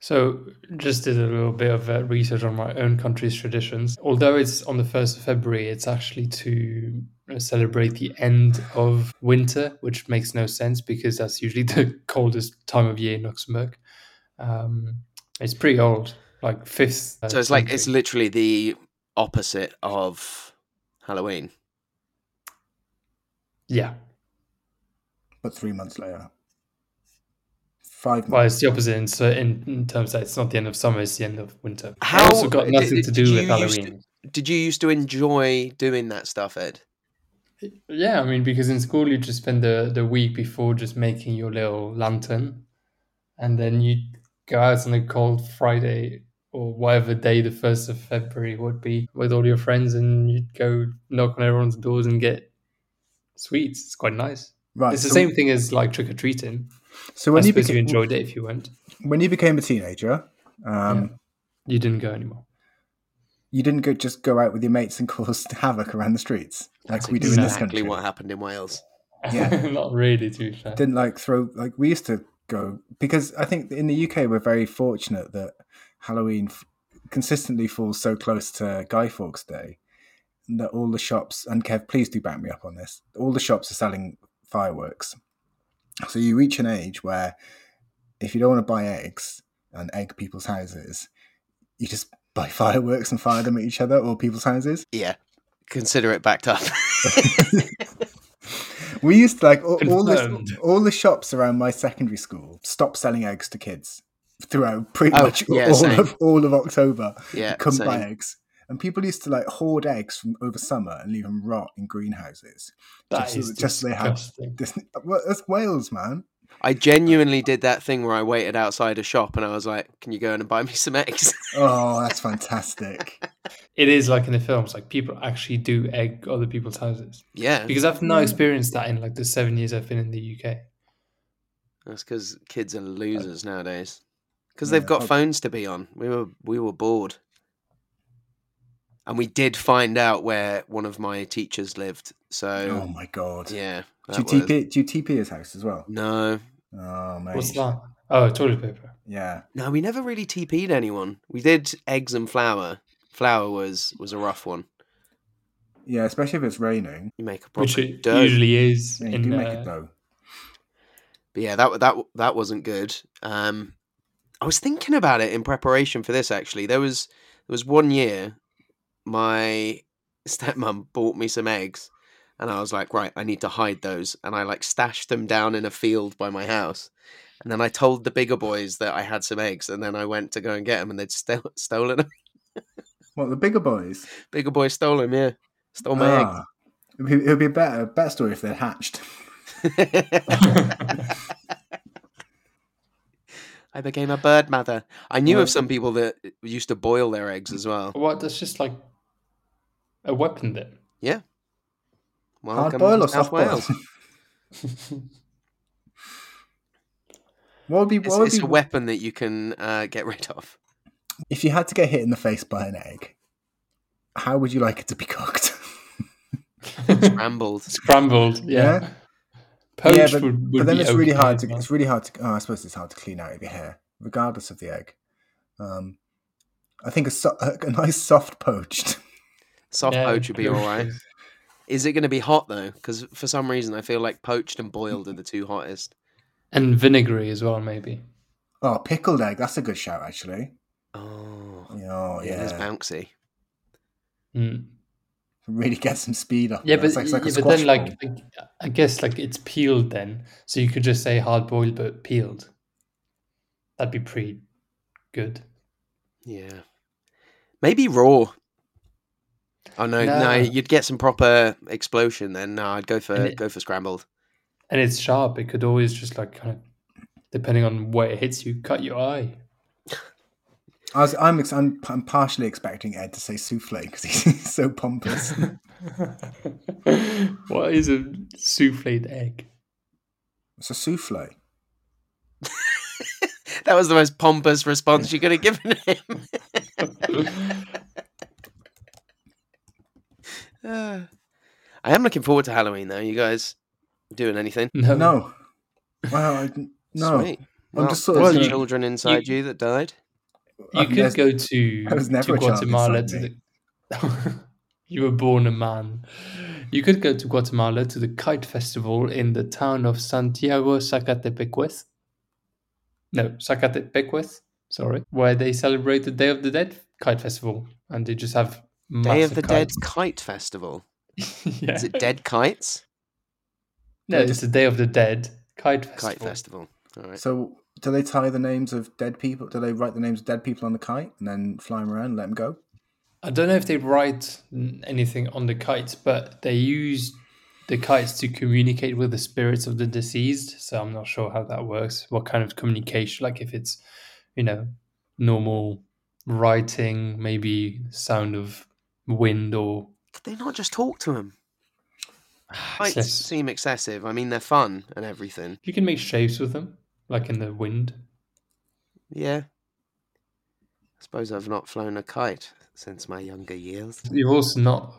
Speaker 3: So, just did a little bit of uh, research on my own country's traditions. Although it's on the 1st of February, it's actually to uh, celebrate the end of winter, which makes no sense because that's usually [laughs] the coldest time of year in Luxembourg. Um, it's pretty old, like 5th. uh,
Speaker 1: So it's like it's
Speaker 3: century.
Speaker 1: literally the opposite of Halloween.
Speaker 3: Yeah.
Speaker 2: But three months later, five
Speaker 3: Well,
Speaker 2: months.
Speaker 3: it's the opposite in, so in, in terms that it's not the end of summer, it's the end of winter.
Speaker 1: How-
Speaker 3: it's also got
Speaker 1: did-
Speaker 3: nothing
Speaker 1: did-
Speaker 3: to
Speaker 1: did
Speaker 3: do with
Speaker 1: you used to-
Speaker 3: Halloween.
Speaker 1: Did you used to enjoy doing that stuff, Ed?
Speaker 3: Yeah, I mean, because in school you just spend the, the week before just making your little lantern, and then you go out on a cold Friday or whatever day the first of February would be with all your friends, and you'd go knock on everyone's doors and get sweets. It's quite nice.
Speaker 2: right.
Speaker 3: It's the
Speaker 2: so-
Speaker 3: same thing as like trick or treating.
Speaker 2: So
Speaker 3: I
Speaker 2: when you,
Speaker 3: suppose you
Speaker 2: beca-
Speaker 3: enjoyed it if you went.
Speaker 2: when you became a teenager, um,
Speaker 3: You didn't go anymore.
Speaker 2: you didn't go just go out with your mates and [laughs] cause havoc around the streets like we do in this
Speaker 1: exactly
Speaker 2: country.
Speaker 1: what happened in Wales.
Speaker 2: Yeah.
Speaker 3: [laughs] Not really, to be fair.
Speaker 2: Didn't like throw like we used to go because I think in the UK we're very fortunate that Halloween f- consistently falls so close to Guy Fawkes Day that all the shops and Kev, please do back me up on this. All the shops are selling fireworks, so you reach an age where if you don't want to buy eggs and egg people's houses, you just buy [laughs] fireworks and fire them at each other or people's houses.
Speaker 1: Yeah, consider it backed up. [laughs]
Speaker 2: we used to like all, all
Speaker 3: Confirmed.
Speaker 2: the all the shops around my secondary school stopped selling eggs to kids throughout pretty
Speaker 1: Oh,
Speaker 2: much
Speaker 1: yeah,
Speaker 2: all
Speaker 1: same.
Speaker 2: of all of October. [laughs]
Speaker 1: yeah,
Speaker 2: couldn't
Speaker 1: so-
Speaker 2: buy eggs, and people used to like hoard eggs from over summer and leave them rot in greenhouses.
Speaker 3: That
Speaker 2: just-
Speaker 3: is
Speaker 2: just they have-
Speaker 3: disgusting.
Speaker 2: This, well, that's Wales, man.
Speaker 1: I genuinely did that thing where I waited outside a shop and I was like, "Can you go in and buy me some eggs?" [laughs]
Speaker 2: Oh, that's fantastic.
Speaker 3: It is like in the films, like people actually do egg other people's houses.
Speaker 1: yeah,
Speaker 3: Because I've not
Speaker 2: Yeah.
Speaker 3: experienced that in like the seven years I've been in the UK.
Speaker 1: that's because kids are losers nowadays. Because they've
Speaker 2: Yeah,
Speaker 1: got
Speaker 2: prob-
Speaker 1: phones to be on. We were we were bored, and we did find out where one of my teachers lived.
Speaker 2: oh
Speaker 1: So
Speaker 2: my god.
Speaker 1: yeah,
Speaker 2: Do you,
Speaker 1: that was-
Speaker 2: TP, do you TP his house as well?
Speaker 1: No,
Speaker 2: Oh, mate.
Speaker 3: What's that? Oh, toilet paper.
Speaker 2: Yeah.
Speaker 1: No, we never really TP'd anyone. We did eggs and flour. Flour was was a rough one.
Speaker 2: Yeah, especially if it's raining.
Speaker 1: You make a proper
Speaker 3: Which it
Speaker 1: dough.
Speaker 3: usually is.
Speaker 2: Yeah, you
Speaker 3: in,
Speaker 2: do make it
Speaker 3: uh,
Speaker 2: though.
Speaker 1: But yeah, that that that wasn't good. Um, I was thinking about it in preparation for this. Actually, there was there was one year my [laughs] stepmom bought me some eggs, and I was like, right, I need to hide those, and I like stashed them down in a field by my house. And then I told the bigger boys that I had some eggs, and then I went to go and get them, and they'd st- [laughs] stolen them.
Speaker 2: What the bigger boys?
Speaker 1: Bigger boys stole them, yeah, stole Oh, my eggs.
Speaker 2: Ah, It would be, it'd be a better, better story if they're hatched. Ah.
Speaker 1: [laughs] I became a bird mother. I knew
Speaker 2: Well-
Speaker 1: of some people that used to boil their eggs as well.
Speaker 3: What? That's just like a weapon then.
Speaker 2: Hard
Speaker 1: Welcome
Speaker 2: boil
Speaker 1: to
Speaker 2: or
Speaker 1: South
Speaker 2: soft boil? [laughs]
Speaker 1: Wales.
Speaker 2: what would be,
Speaker 1: It's,
Speaker 2: what would
Speaker 1: it's
Speaker 2: be
Speaker 1: a weapon that you can uh, get rid of.
Speaker 2: if [laughs] you had to get hit in the face by an egg? How would you like it to be cooked?
Speaker 3: [laughs]
Speaker 1: scrambled.
Speaker 3: Scrambled, yeah.
Speaker 2: Yeah.
Speaker 3: Poached
Speaker 2: yeah, but,
Speaker 3: would, would
Speaker 2: but then
Speaker 3: be
Speaker 2: it's really
Speaker 3: okay
Speaker 2: hard to
Speaker 3: as well.
Speaker 2: it's really hard to. Oh, I suppose it's hard to clean out of your hair, regardless of the egg. Um, I think a, so- a nice soft poached.
Speaker 1: Soft
Speaker 3: Yeah,
Speaker 1: poach would be all right.
Speaker 3: [laughs] poached.
Speaker 1: Is it going to be hot though? Because for some reason, I feel like poached and boiled are the two hottest.
Speaker 3: And vinegary as well, maybe.
Speaker 2: Oh, pickled egg. That's a good shout, actually.
Speaker 1: Oh,
Speaker 2: Oh,
Speaker 1: yeah, it's
Speaker 2: yeah.
Speaker 1: bouncy.
Speaker 3: Mm.
Speaker 2: really get some speed up.
Speaker 3: Yeah,
Speaker 2: there.
Speaker 3: but,
Speaker 2: It's like- it's like a
Speaker 3: yeah, but then,
Speaker 2: squash
Speaker 3: like,
Speaker 2: ball.
Speaker 3: I- I guess, like, it's peeled then. So you could just say hard boiled, but peeled. That'd be pretty good.
Speaker 1: Yeah, maybe raw. Oh no, no,
Speaker 3: No.
Speaker 1: you'd get some proper explosion then. No, I'd go for
Speaker 3: And it-
Speaker 1: go for scrambled.
Speaker 3: And it's sharp. It could always just, like, kind of, depending on where it hits you, cut
Speaker 2: [laughs]
Speaker 3: your eye.
Speaker 2: I was, I'm, ex- I'm I'm partially expecting Ed to say souffle because he's [laughs] so pompous.
Speaker 3: what is a souffled egg?
Speaker 2: it's a souffle.
Speaker 1: That was the most pompous response you could have
Speaker 3: [laughs]
Speaker 1: given him. Uh, [sighs] I am looking forward to Halloween though. You guys doing anything?
Speaker 3: No.
Speaker 2: No, well, I, no.
Speaker 1: Sweet.
Speaker 2: I'm
Speaker 1: Well,
Speaker 2: just sort of
Speaker 1: there's
Speaker 3: thinking-
Speaker 1: children inside you, that died.
Speaker 3: You
Speaker 2: Um,
Speaker 3: could
Speaker 2: there's-
Speaker 3: go to,
Speaker 2: there was never
Speaker 3: to
Speaker 2: a child
Speaker 3: Guatemala to
Speaker 2: inside
Speaker 3: the. [laughs] you were born a man. You could go to Guatemala to the kite festival in the town of Santiago Zacatepeques. No, Zacatepeques. Sorry, where they celebrate the Day of the Dead kite festival, and they just have
Speaker 1: Day of
Speaker 3: massive
Speaker 1: the
Speaker 3: kites.
Speaker 1: Dead Kite Festival.
Speaker 3: [laughs] yeah.
Speaker 1: Is it Dead
Speaker 2: [laughs]
Speaker 1: Kites?
Speaker 3: No, it's the Day of the Dead kite festival.
Speaker 1: Kite Festival. All right.
Speaker 2: So do they tie the names of dead people? Do they write the names of dead people on the kite and then fly them around and let them go?
Speaker 3: I don't know if they write n- anything on the kites, but they use the kites to communicate with the spirits of the deceased. So I'm not sure how that works. What kind of communication? Like if it's, you know, normal writing, maybe sound of wind or
Speaker 1: Could they not just talk to
Speaker 3: [sighs]
Speaker 1: him? Kites
Speaker 3: Yes.
Speaker 1: seem excessive. I mean, they're fun and everything.
Speaker 3: you can make shapes with them, like in the wind.
Speaker 1: Yeah. I suppose I've not flown a kite since my younger years.
Speaker 3: You've also not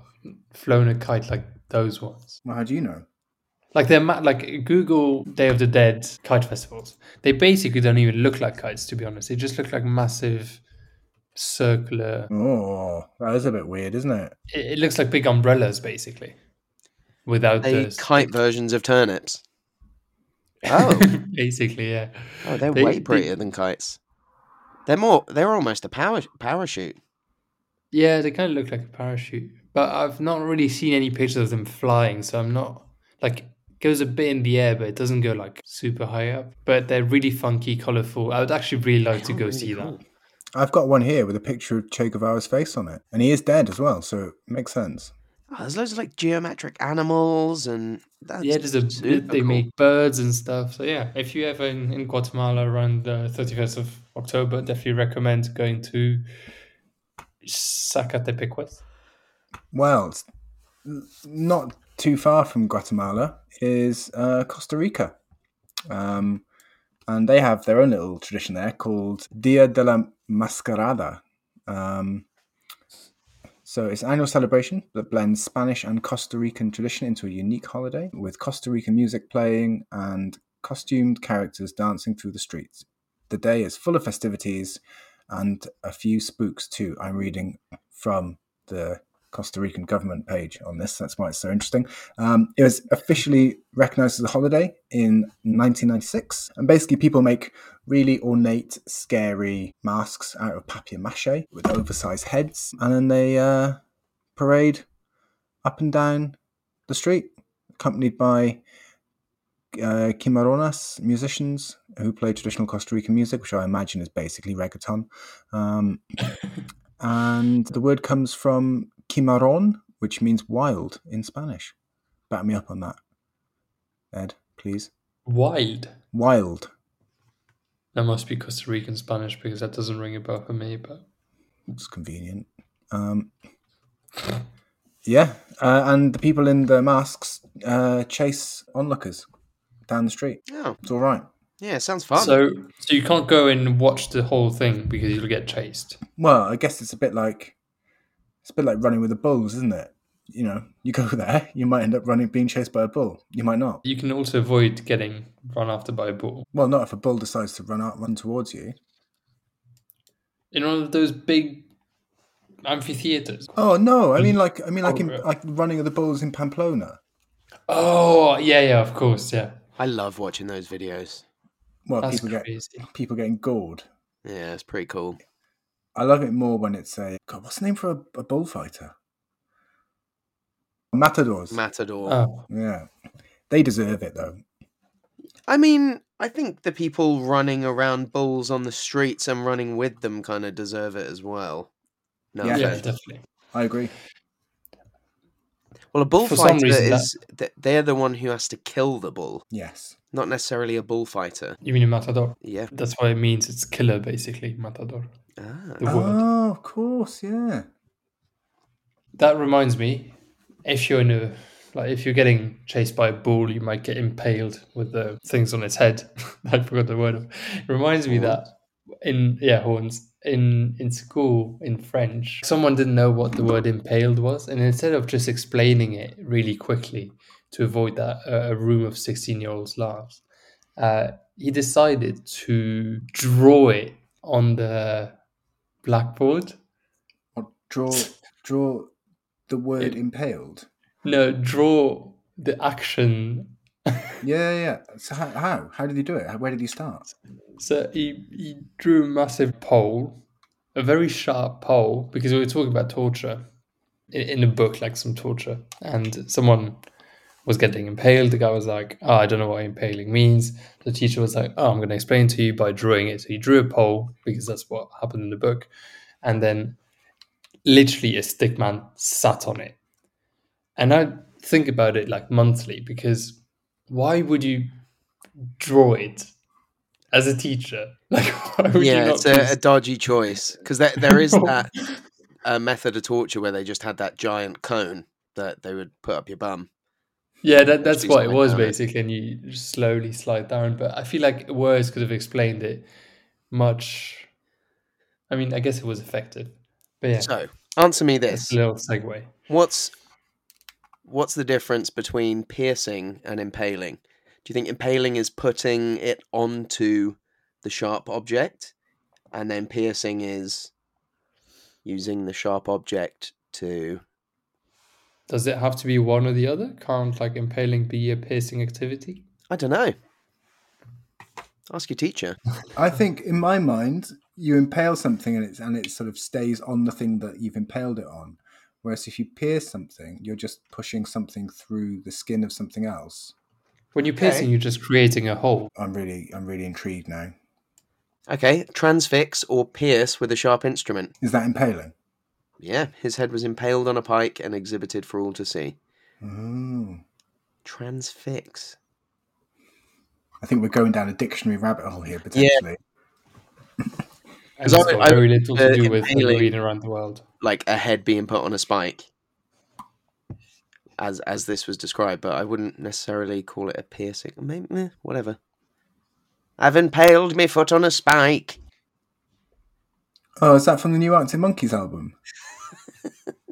Speaker 3: flown a kite like those ones.
Speaker 2: Well, how do you know?
Speaker 3: Like they're ma- like Google Day of the Dead kite festivals. They basically don't even look like kites, to be honest. They just look like massive circular.
Speaker 2: Oh, that is a bit weird, isn't it?
Speaker 3: It, it looks like big umbrellas, basically, without
Speaker 1: They
Speaker 3: the [laughs]
Speaker 1: kite versions of turnips. Oh,
Speaker 3: basically, yeah.
Speaker 1: oh they're
Speaker 3: They-
Speaker 1: way
Speaker 3: they-
Speaker 1: prettier than kites. They're more. They're almost a power parachute.
Speaker 3: Yeah, they kind of look like a parachute, but I've not really seen any pictures of them flying, so I'm not like it goes a bit in the air, but it doesn't go like super high up. But they're really funky, colorful. I would actually really like to
Speaker 1: are
Speaker 3: go
Speaker 1: really
Speaker 3: see
Speaker 1: cool.
Speaker 3: that.
Speaker 2: I've got one here with a picture of Che Guevara's face on it, and he is dead as well, so it makes sense.
Speaker 1: Oh, there's loads of like geometric animals and that's
Speaker 3: yeah, there's a they
Speaker 1: super cool.
Speaker 3: make birds and stuff. So yeah, if you ever in, in Guatemala around the 31st of October, definitely recommend going to Zacatepeques.
Speaker 2: Well, it's n- not too far from Guatemala is uh, Costa Rica. Um, and they have their own little tradition there called Dia de la Mascarada. Um, so it's an annual celebration that blends Spanish and Costa Rican tradition into a unique holiday with Costa Rican music playing and costumed characters dancing through the streets. The day is full of festivities and a few spooks too. I'm reading from the Costa Rican government page on this. That's why it's so interesting. Um, it was officially recognized as a holiday in 1996. And basically, people make really ornate, scary masks out of papier mache with oversized heads. And then they uh, parade up and down the street, accompanied by uh, Kimaronas musicians who play traditional Costa Rican music, which I imagine is basically reggaeton. Um, and the word comes from Kimaron, which means wild in Spanish. Back me up on that, Ed, please.
Speaker 3: Wild.
Speaker 2: Wild.
Speaker 3: That must be Costa Rican Spanish because that doesn't ring a bell for me. But
Speaker 2: It's convenient. Um, yeah, uh, and the people in the masks uh, chase onlookers down the street.
Speaker 1: Oh,
Speaker 2: It's all right.
Speaker 1: yeah, sounds fun.
Speaker 3: so so you can't go and watch the whole thing because you'll get chased.
Speaker 2: Well, I guess it's a bit like it's a bit like running with the bulls, isn't it? you know, you go [laughs] there, you might end up running, being chased by a bull. You might not.
Speaker 3: You can also avoid getting run after by a bull.
Speaker 2: Well, not if a bull decides to run out, run towards you.
Speaker 3: In one of those big amphitheaters.
Speaker 2: Oh no! I mean, like, I mean, like, in,
Speaker 3: Oh, yeah.
Speaker 2: like running of the bulls in Pamplona.
Speaker 3: Oh, yeah, yeah, of course, yeah.
Speaker 1: I love watching those videos.
Speaker 2: Well,
Speaker 3: That's
Speaker 2: people get
Speaker 3: crazy.
Speaker 2: people getting gored.
Speaker 1: Yeah, it's pretty cool.
Speaker 2: I love it more when it's a God. What's the name for a, a bullfighter? Matadors.
Speaker 1: Matador.
Speaker 3: Oh,
Speaker 2: yeah, they deserve it though.
Speaker 1: I mean, I think the people running around bulls on the streets and running with them kind of deserve it as well. No,
Speaker 2: Yeah.
Speaker 3: yeah,
Speaker 1: offense.
Speaker 3: definitely.
Speaker 2: I agree.
Speaker 1: Well, a
Speaker 3: some
Speaker 1: bullfighter
Speaker 3: reason
Speaker 1: is th- they're the one who has to kill the bull,
Speaker 2: Yes.
Speaker 1: not necessarily a bullfighter.
Speaker 3: You mean a matador?
Speaker 1: Yeah.
Speaker 3: That's what it means. It's killer, basically, matador.
Speaker 1: Ah.
Speaker 3: The word.
Speaker 2: Oh, of course. Yeah.
Speaker 3: That reminds me, if you're in a like if you're getting chased by a bull, you might get impaled with the things on its head. [laughs] I forgot the word. It reminds me that in yeah horns in in school in French, someone didn't know what the word impaled was, and instead of just explaining it really quickly to avoid that uh, a room of sixteen year olds laughs, uh, he decided to draw it on the blackboard.
Speaker 2: Or draw draw the word
Speaker 3: It-
Speaker 2: impaled.
Speaker 3: No, draw the action.
Speaker 2: Yeah, yeah. So how, how how did he do it? How- Where did he start?
Speaker 3: So he, he drew a massive pole, a very sharp pole, because we were talking about torture i- in a book, like some torture. And someone was getting impaled. The guy was like, oh, I don't know what impaling means. The teacher was like, Oh, I'm going to explain to you by drawing it. So he drew a pole, because that's what happened in the book. And then literally a stick man sat on it. And I think about it like monthly because why would you draw it as a teacher? [laughs] Like, why would you
Speaker 1: Yeah,
Speaker 3: not?
Speaker 1: it's a, a
Speaker 3: just-
Speaker 1: dodgy choice because there, there
Speaker 3: [laughs]
Speaker 1: is that uh, method of torture where they just had that giant cone that they would put up your bum.
Speaker 3: yeah, that, that's
Speaker 1: actually
Speaker 3: what it
Speaker 1: slide
Speaker 3: was
Speaker 1: down it.
Speaker 3: basically. And you slowly slide down. But I feel like words could have explained it much. I mean, I guess it was effective. But yeah,
Speaker 1: So, answer me
Speaker 3: it's
Speaker 1: this:
Speaker 3: a little segue.
Speaker 1: what's what's the difference between piercing and impaling? Do you think impaling is putting it onto the sharp object, and then piercing is using the sharp object to?
Speaker 3: Does it have to be one or the other? Can't like impaling be a piercing activity?
Speaker 1: I don't know. Ask your teacher.
Speaker 2: I think in my mind, you impale something and it's and it sort of stays on the thing that you've impaled it on. Whereas if you pierce something, you're just pushing something through the skin of something else.
Speaker 3: When you're piercing, you're just creating a hole.
Speaker 2: I'm really I'm really intrigued now.
Speaker 1: Okay, transfix or pierce with a sharp instrument.
Speaker 2: Is that impaling?
Speaker 1: Yeah, his head was impaled on a pike and exhibited for all to see.
Speaker 2: Oh.
Speaker 1: Transfix.
Speaker 2: I think we're going down a dictionary rabbit hole here potentially.
Speaker 3: And
Speaker 1: 'Cause
Speaker 3: it's
Speaker 1: I-
Speaker 3: got
Speaker 1: I-
Speaker 3: very little
Speaker 1: uh,
Speaker 3: to do with
Speaker 1: impaling-
Speaker 3: Halloween around the world.
Speaker 1: Like a head being put on a spike. As as this was described, but I wouldn't necessarily call it a piercing. Maybe, eh, whatever. I've impaled my foot on a spike. [laughs]
Speaker 2: Oh, is that from the new Arctic Monkeys album?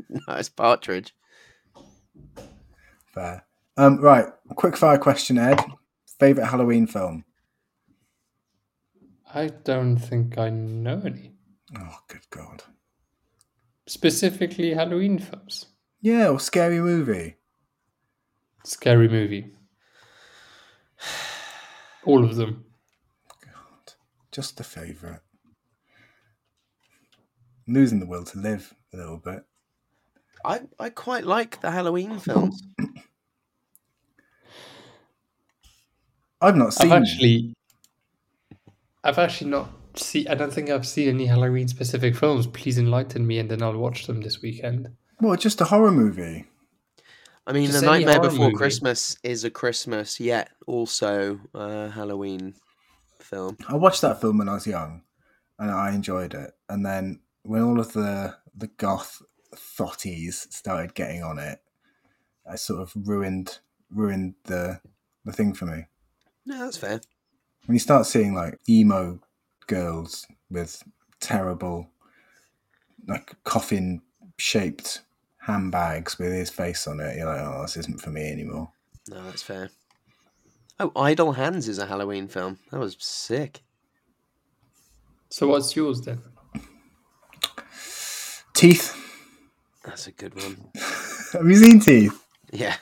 Speaker 1: No, it's partridge.
Speaker 2: Fair. Um, right, quick fire question, Ed. Favorite Halloween film?
Speaker 3: I don't think I know any
Speaker 2: Oh, good god.
Speaker 3: specifically Halloween films.
Speaker 2: Yeah, or scary movie.
Speaker 3: Scary movie. All of them.
Speaker 2: Just a favourite. Losing the will to live a little bit.
Speaker 1: I, I quite like the Halloween films.
Speaker 2: I've not seen.
Speaker 3: I've actually, I've actually not see. I don't think I've seen any Halloween specific films. Please enlighten me, and then I'll watch them this weekend.
Speaker 2: Well, just a horror movie.
Speaker 1: I mean,
Speaker 3: Just
Speaker 1: The
Speaker 3: any
Speaker 1: Nightmare
Speaker 3: horror
Speaker 1: Before
Speaker 3: movie.
Speaker 1: Christmas is a Christmas, yet also a Halloween film.
Speaker 2: I watched that film when I was young, and I enjoyed it. And then when all of the the goth thotties started getting on it, I sort of ruined ruined the the thing for me.
Speaker 1: No, that's fair.
Speaker 2: When you start seeing like emo girls with terrible, like coffin shaped handbags with his face on it, you're like, oh, this isn't for me anymore.
Speaker 1: No, that's fair. Oh, Idle Hands is a Halloween film. That was sick.
Speaker 3: So what's yours then?
Speaker 2: Teeth. [laughs]
Speaker 1: That's a good one.
Speaker 2: Have you seen Teeth?
Speaker 1: Yeah.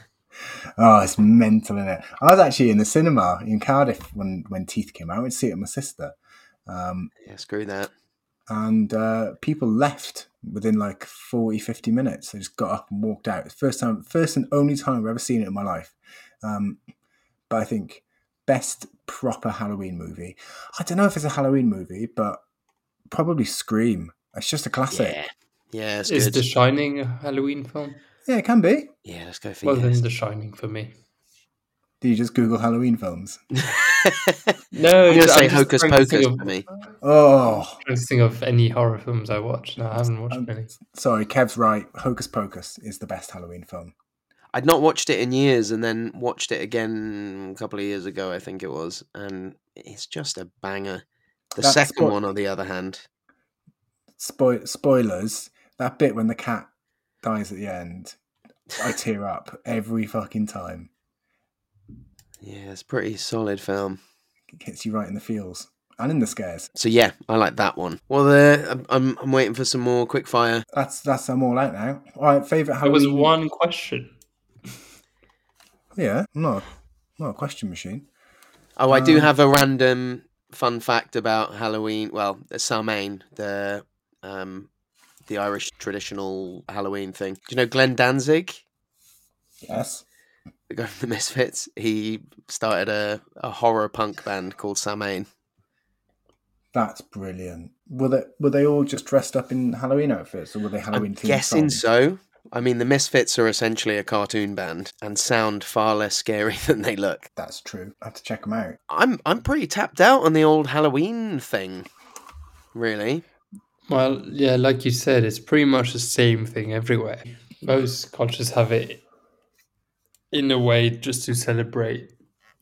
Speaker 2: Oh, it's mental in it. I was actually in the cinema in Cardiff when when Teeth came out. I went to see it with my sister, um,
Speaker 1: Yeah, screw that.
Speaker 2: and uh, people left within like 40, 50 minutes. They just got up and walked out. It's the First time, first and only time I've ever seen it in my life. Um, but I think best proper Halloween movie. I don't know if it's a Halloween movie, but probably Scream. It's just a classic.
Speaker 1: Yeah. Yeah, it's
Speaker 3: Is
Speaker 1: good.
Speaker 3: The Shining a Halloween film?
Speaker 2: Yeah, it can be.
Speaker 1: Yeah, let's go for
Speaker 3: Well,
Speaker 1: yes. [laughs]
Speaker 3: then The Shining for me.
Speaker 2: Do you just Google Halloween films?
Speaker 3: No,
Speaker 1: I'm going to say
Speaker 3: just
Speaker 1: Hocus
Speaker 3: trying to
Speaker 1: Pocus
Speaker 3: think of-
Speaker 1: for me.
Speaker 2: Oh,
Speaker 3: trying to think of any horror films I watched. No, I haven't watched
Speaker 2: Um,
Speaker 3: many.
Speaker 2: sorry, Kev's right. Hocus Pocus is the best Halloween film.
Speaker 1: I'd not watched it in years and then watched it again a couple of years ago, I think it was. And it's just a banger. The
Speaker 2: That's
Speaker 1: second
Speaker 2: what-
Speaker 1: one, on the other hand,
Speaker 2: Spoil- spoilers. That bit when the cat dies at the end, I tear up every fucking time.
Speaker 1: yeah, it's a pretty solid film.
Speaker 2: It hits you right in the feels and in the scares.
Speaker 1: So yeah, I like that one. Well, there, I'm- I'm, I'm waiting for some more quickfire.
Speaker 2: That's that's I'm all out now. All right, favorite
Speaker 3: There
Speaker 2: Halloween.
Speaker 3: was one question.
Speaker 2: Yeah, I'm not not a question machine.
Speaker 1: Oh, I do
Speaker 2: Um,
Speaker 1: have a random fun fact about Halloween. Well, the Samhain, the um, the Irish traditional Halloween thing. Do you know Glenn Danzig,
Speaker 2: Yes.
Speaker 1: the guy from the Misfits? He started a, a horror punk band called Samhain.
Speaker 2: That's brilliant. Were they were they all just dressed up in Halloween outfits, or were they Halloween
Speaker 1: I'm
Speaker 2: themed
Speaker 1: guessing
Speaker 2: songs?
Speaker 1: so. I mean, the Misfits are essentially a cartoon band and sound far less scary [laughs] than they look.
Speaker 2: That's true. I have to check them out.
Speaker 1: I'm I'm pretty tapped out on the old Halloween thing, really.
Speaker 3: Well, yeah, like you said, it's pretty much the same thing everywhere. Most cultures have it in a way just to celebrate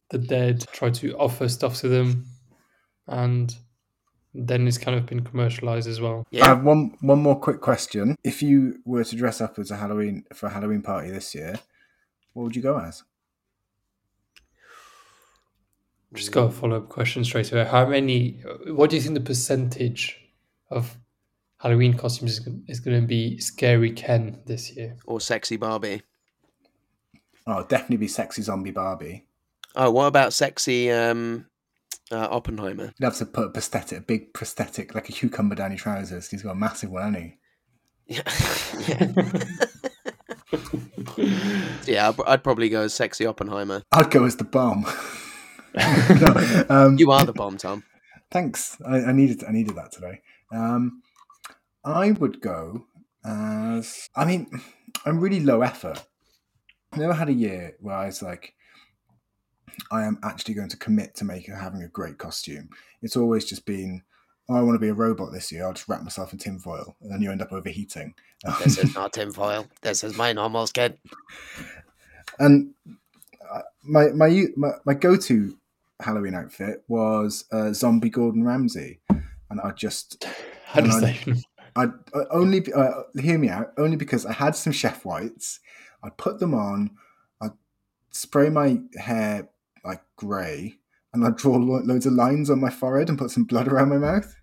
Speaker 3: the dead, try to offer stuff to them, and then it's kind of been commercialized as well.
Speaker 1: Yeah.
Speaker 2: I have one one more quick question. If you were to dress up as a Halloween for a Halloween party this year, what would you go as?
Speaker 3: Just got a follow up question straight away. How many, what do you think the percentage of Halloween costumes is, gon- is going to be Scary Ken this year?
Speaker 1: Or sexy Barbie.
Speaker 2: Oh, definitely be sexy zombie Barbie.
Speaker 1: Oh, what about sexy um, uh, Oppenheimer? [laughs]
Speaker 2: You'd have to put a prosthetic, a big prosthetic, like a cucumber down your trousers. He's got a massive one, hasn't he?
Speaker 1: Yeah,
Speaker 3: [laughs]
Speaker 1: yeah. yeah I'd, I'd probably go as sexy Oppenheimer.
Speaker 2: I'd go as the bomb. [laughs] No, um,
Speaker 1: You are the bomb, Tom.
Speaker 2: thanks. I, I needed I needed that today. Um, I would go as I mean, I'm really low effort. I never had a year where I was like, I am actually going to commit to making having a great costume. It's always just been, oh, I want to be a robot this year. I'll just wrap myself in tinfoil, and then you end up overheating.
Speaker 1: This is not tinfoil. This is my normal skin.
Speaker 2: and uh, my my my, my go to Halloween outfit was uh, zombie Gordon Ramsay, and I just
Speaker 3: How does
Speaker 2: Um,
Speaker 3: that [laughs] even
Speaker 2: I I only be- uh, hear me out. Only because I had some chef whites. I put them on. I spray my hair like grey, and I draw lo- loads of lines on my forehead and put some blood around my mouth.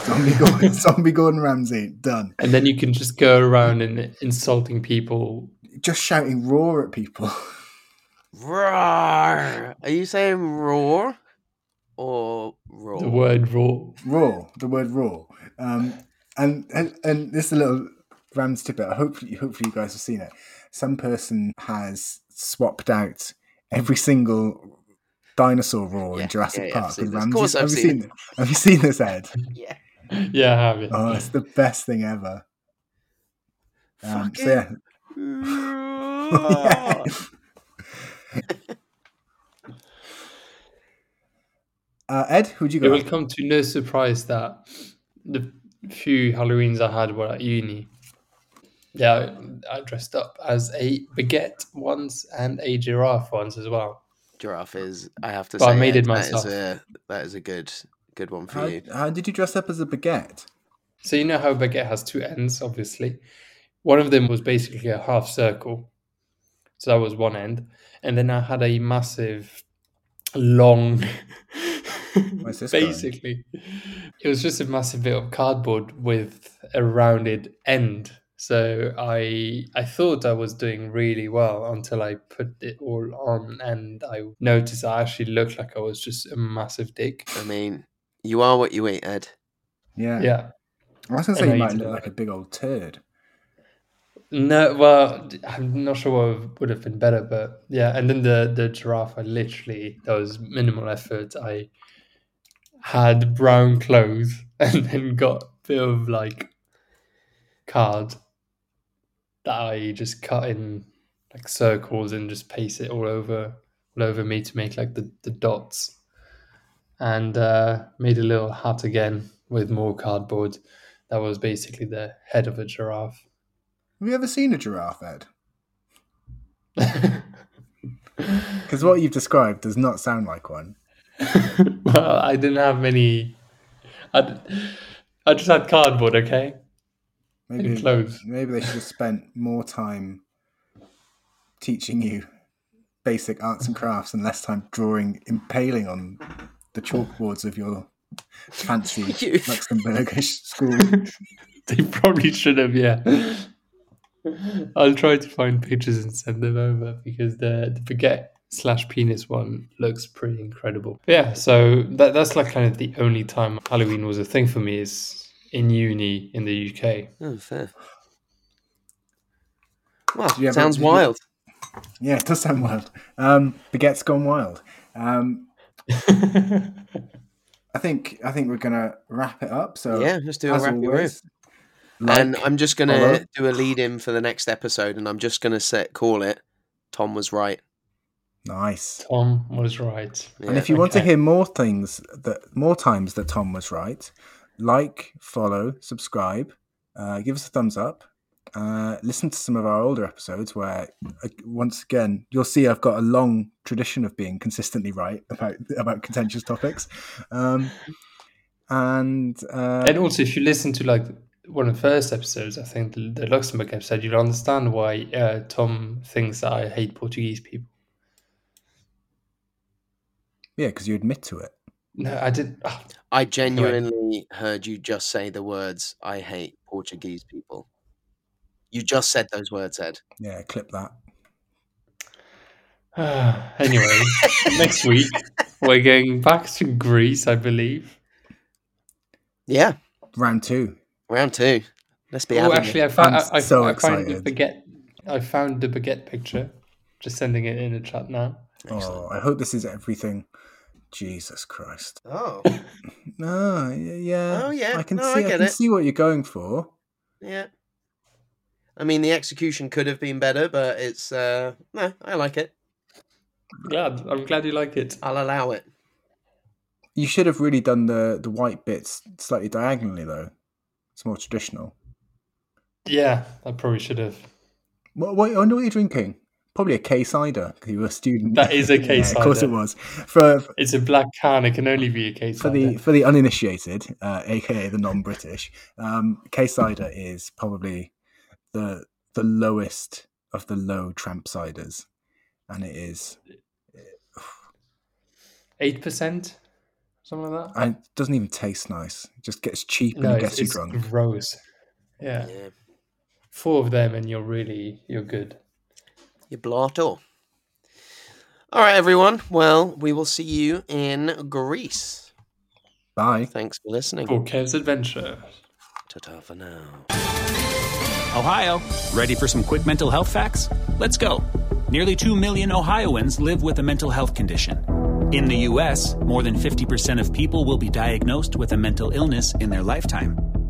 Speaker 2: Zombie Gordon, zombie Gordon Ramsay, done.
Speaker 3: And then you can just go around and insulting people.
Speaker 2: Just shouting roar at people.
Speaker 1: Roar! Are you saying roar or roar?
Speaker 3: The word raw.
Speaker 2: raw, the word raw. Um, and, and and this is a little Rams tidbit. Hopefully, hopefully you guys have seen it. Some person has swapped out every single dinosaur roar
Speaker 1: Yeah,
Speaker 2: in
Speaker 1: yeah,
Speaker 2: Jurassic
Speaker 1: yeah, I've
Speaker 2: Park.
Speaker 1: seen
Speaker 2: with
Speaker 1: this. Of
Speaker 2: Ramses.
Speaker 1: course I've
Speaker 2: have you
Speaker 1: seen
Speaker 2: seen it. Have you seen this, Ed?
Speaker 3: [laughs]
Speaker 1: Yeah.
Speaker 3: Yeah, I have it.
Speaker 2: Oh, it's the best thing ever. Um, so yeah,
Speaker 1: Roar!
Speaker 2: uh, Ed, who'd you
Speaker 3: It
Speaker 2: go?
Speaker 3: will
Speaker 2: with?
Speaker 3: come to no surprise that the few Halloweens I had were at uni. Yeah, I I dressed up as a baguette once and a giraffe once as well.
Speaker 1: Giraffe is. I have to
Speaker 3: But
Speaker 1: say,
Speaker 3: I made it
Speaker 1: Ed,
Speaker 3: myself.
Speaker 1: That is a that is a good good one for
Speaker 2: How,
Speaker 1: you.
Speaker 2: how did you dress up as a baguette?
Speaker 3: So you know how a baguette has two ends, obviously. One of them was basically a half circle. So that was one end. And then I had a massive, long.
Speaker 2: Where's this going?
Speaker 3: basically, it was just a massive bit of cardboard with a rounded end. So I I thought I was doing really well until I put it all on and I noticed I actually looked like I was just a massive dick.
Speaker 1: I mean, you are what you eat, Ed.
Speaker 2: Yeah.
Speaker 3: Yeah.
Speaker 2: I was going to say
Speaker 3: I know
Speaker 2: you
Speaker 3: you
Speaker 2: might
Speaker 3: did
Speaker 2: look
Speaker 3: that.
Speaker 2: like a big old turd.
Speaker 3: No, well, d- I'm not sure what would have been better, but yeah. And then the the giraffe, I literally that was minimal effort. I had brown clothes [laughs] and then got a bit of like card that I just cut in like circles and just paste it all over all over me to make like the the dots, and uh, made a little hat again with more cardboard. That was basically the head of a giraffe.
Speaker 2: Have you ever seen a giraffe,
Speaker 1: [laughs]
Speaker 2: Ed? Because what you've described does not sound like one.
Speaker 3: well, I didn't have many. I, d- I just had cardboard, okay? [laughs]
Speaker 2: Maybe
Speaker 3: And clothes.
Speaker 2: maybe they should have spent more time teaching you basic arts and crafts and less time drawing, impaling on the chalkboards of your fancy
Speaker 1: [laughs] You-
Speaker 2: Luxembourgish school.
Speaker 3: They probably should have, yeah. I'll try to find pictures and send them over because the, the baguette slash penis one looks pretty incredible. Yeah, so that, that's like kind of the only time Halloween was a thing for me is in uni in the UK.
Speaker 1: Oh, fair. Wow,
Speaker 2: you have a-
Speaker 1: sounds
Speaker 2: did you-
Speaker 1: wild.
Speaker 2: Yeah, it does sound wild. Um, Baguette's gone wild. Um, I think I think we're gonna wrap it up. So
Speaker 1: Yeah, let's do a
Speaker 2: as
Speaker 1: wrappy
Speaker 2: always,
Speaker 1: and
Speaker 2: like-
Speaker 1: I'm just gonna
Speaker 2: follow.
Speaker 1: do a lead in for the next episode, and I'm just gonna set call it. Tom was right.
Speaker 2: nice.
Speaker 3: [laughs] Tom was right.
Speaker 2: and
Speaker 1: Yeah.
Speaker 2: if you want to
Speaker 3: okay.
Speaker 2: hear more things that more times that Tom was right, like, follow, subscribe, uh, give us a thumbs up. Uh, listen to some of our older episodes where, uh, once again, you'll see I've got a long tradition of being consistently right about about contentious topics. Um, and uh,
Speaker 3: And also, if you listen to like one of the first episodes, I think the, the Luxembourg episode, you'll understand why uh, Tom thinks that I hate Portuguese people.
Speaker 2: yeah, because you admit to it.
Speaker 3: No, I didn't. ah,
Speaker 1: I genuinely heard you just say the words "I hate Portuguese people." You just said those words, Ed.
Speaker 2: Yeah, clip that.
Speaker 3: [sighs]
Speaker 2: [laughs]
Speaker 3: anyway, next week we're going back to Greece, I believe.
Speaker 1: Yeah,
Speaker 2: Round two.
Speaker 1: round two. Let's be
Speaker 3: Oh,
Speaker 1: having
Speaker 3: actually,
Speaker 1: it.
Speaker 3: I found
Speaker 2: I'm
Speaker 3: I, I,
Speaker 2: so
Speaker 3: I found the
Speaker 2: excited.
Speaker 3: baguette. I found the baguette picture. Just sending it in the chat now.
Speaker 2: Oh, I hope this is everything. Jesus Christ. [laughs]
Speaker 1: Oh,
Speaker 2: No, y- yeah.
Speaker 1: Oh, yeah.
Speaker 2: I can
Speaker 1: No,
Speaker 2: see.
Speaker 1: I
Speaker 2: I,
Speaker 1: get
Speaker 2: can
Speaker 1: it.
Speaker 2: see what you're going for.
Speaker 1: yeah. I mean, the execution could have been better, but it's uh, no. I like it.
Speaker 3: Glad. I'm glad you like it.
Speaker 1: I'll allow it.
Speaker 2: You should have really done the the white bits slightly diagonally though. It's more traditional.
Speaker 3: Yeah, I probably should have.
Speaker 2: What? what I know what you're drinking. Probably a K cider. 'cause You were a student.
Speaker 3: That is a
Speaker 2: [laughs] Yeah,
Speaker 3: K
Speaker 2: of course, it
Speaker 3: cider.
Speaker 2: was for
Speaker 3: It's a black can. It can only be a case
Speaker 2: for the for the uninitiated, uh, aka the non-British. Um, K cider is probably the the lowest of the low tramp ciders, and it is.
Speaker 3: eight percent, something like that.
Speaker 2: And it doesn't even taste nice. It just gets cheap and
Speaker 3: no,
Speaker 2: gets
Speaker 3: it's,
Speaker 2: you
Speaker 3: it's
Speaker 2: drunk.
Speaker 3: gross. Yeah,
Speaker 1: Yeah,
Speaker 3: four of them, and you're really you're good.
Speaker 1: you blarto. All right, everyone. Well, we will see you in Greece.
Speaker 2: Bye.
Speaker 1: Thanks for listening.
Speaker 3: Four Kev's adventure.
Speaker 1: Ta-ta for now.
Speaker 5: Ohio, ready for some quick mental health facts? Let's go. Nearly 2 million Ohioans live with a mental health condition. In the U.S., more than 50% of people will be diagnosed with a mental illness in their lifetime.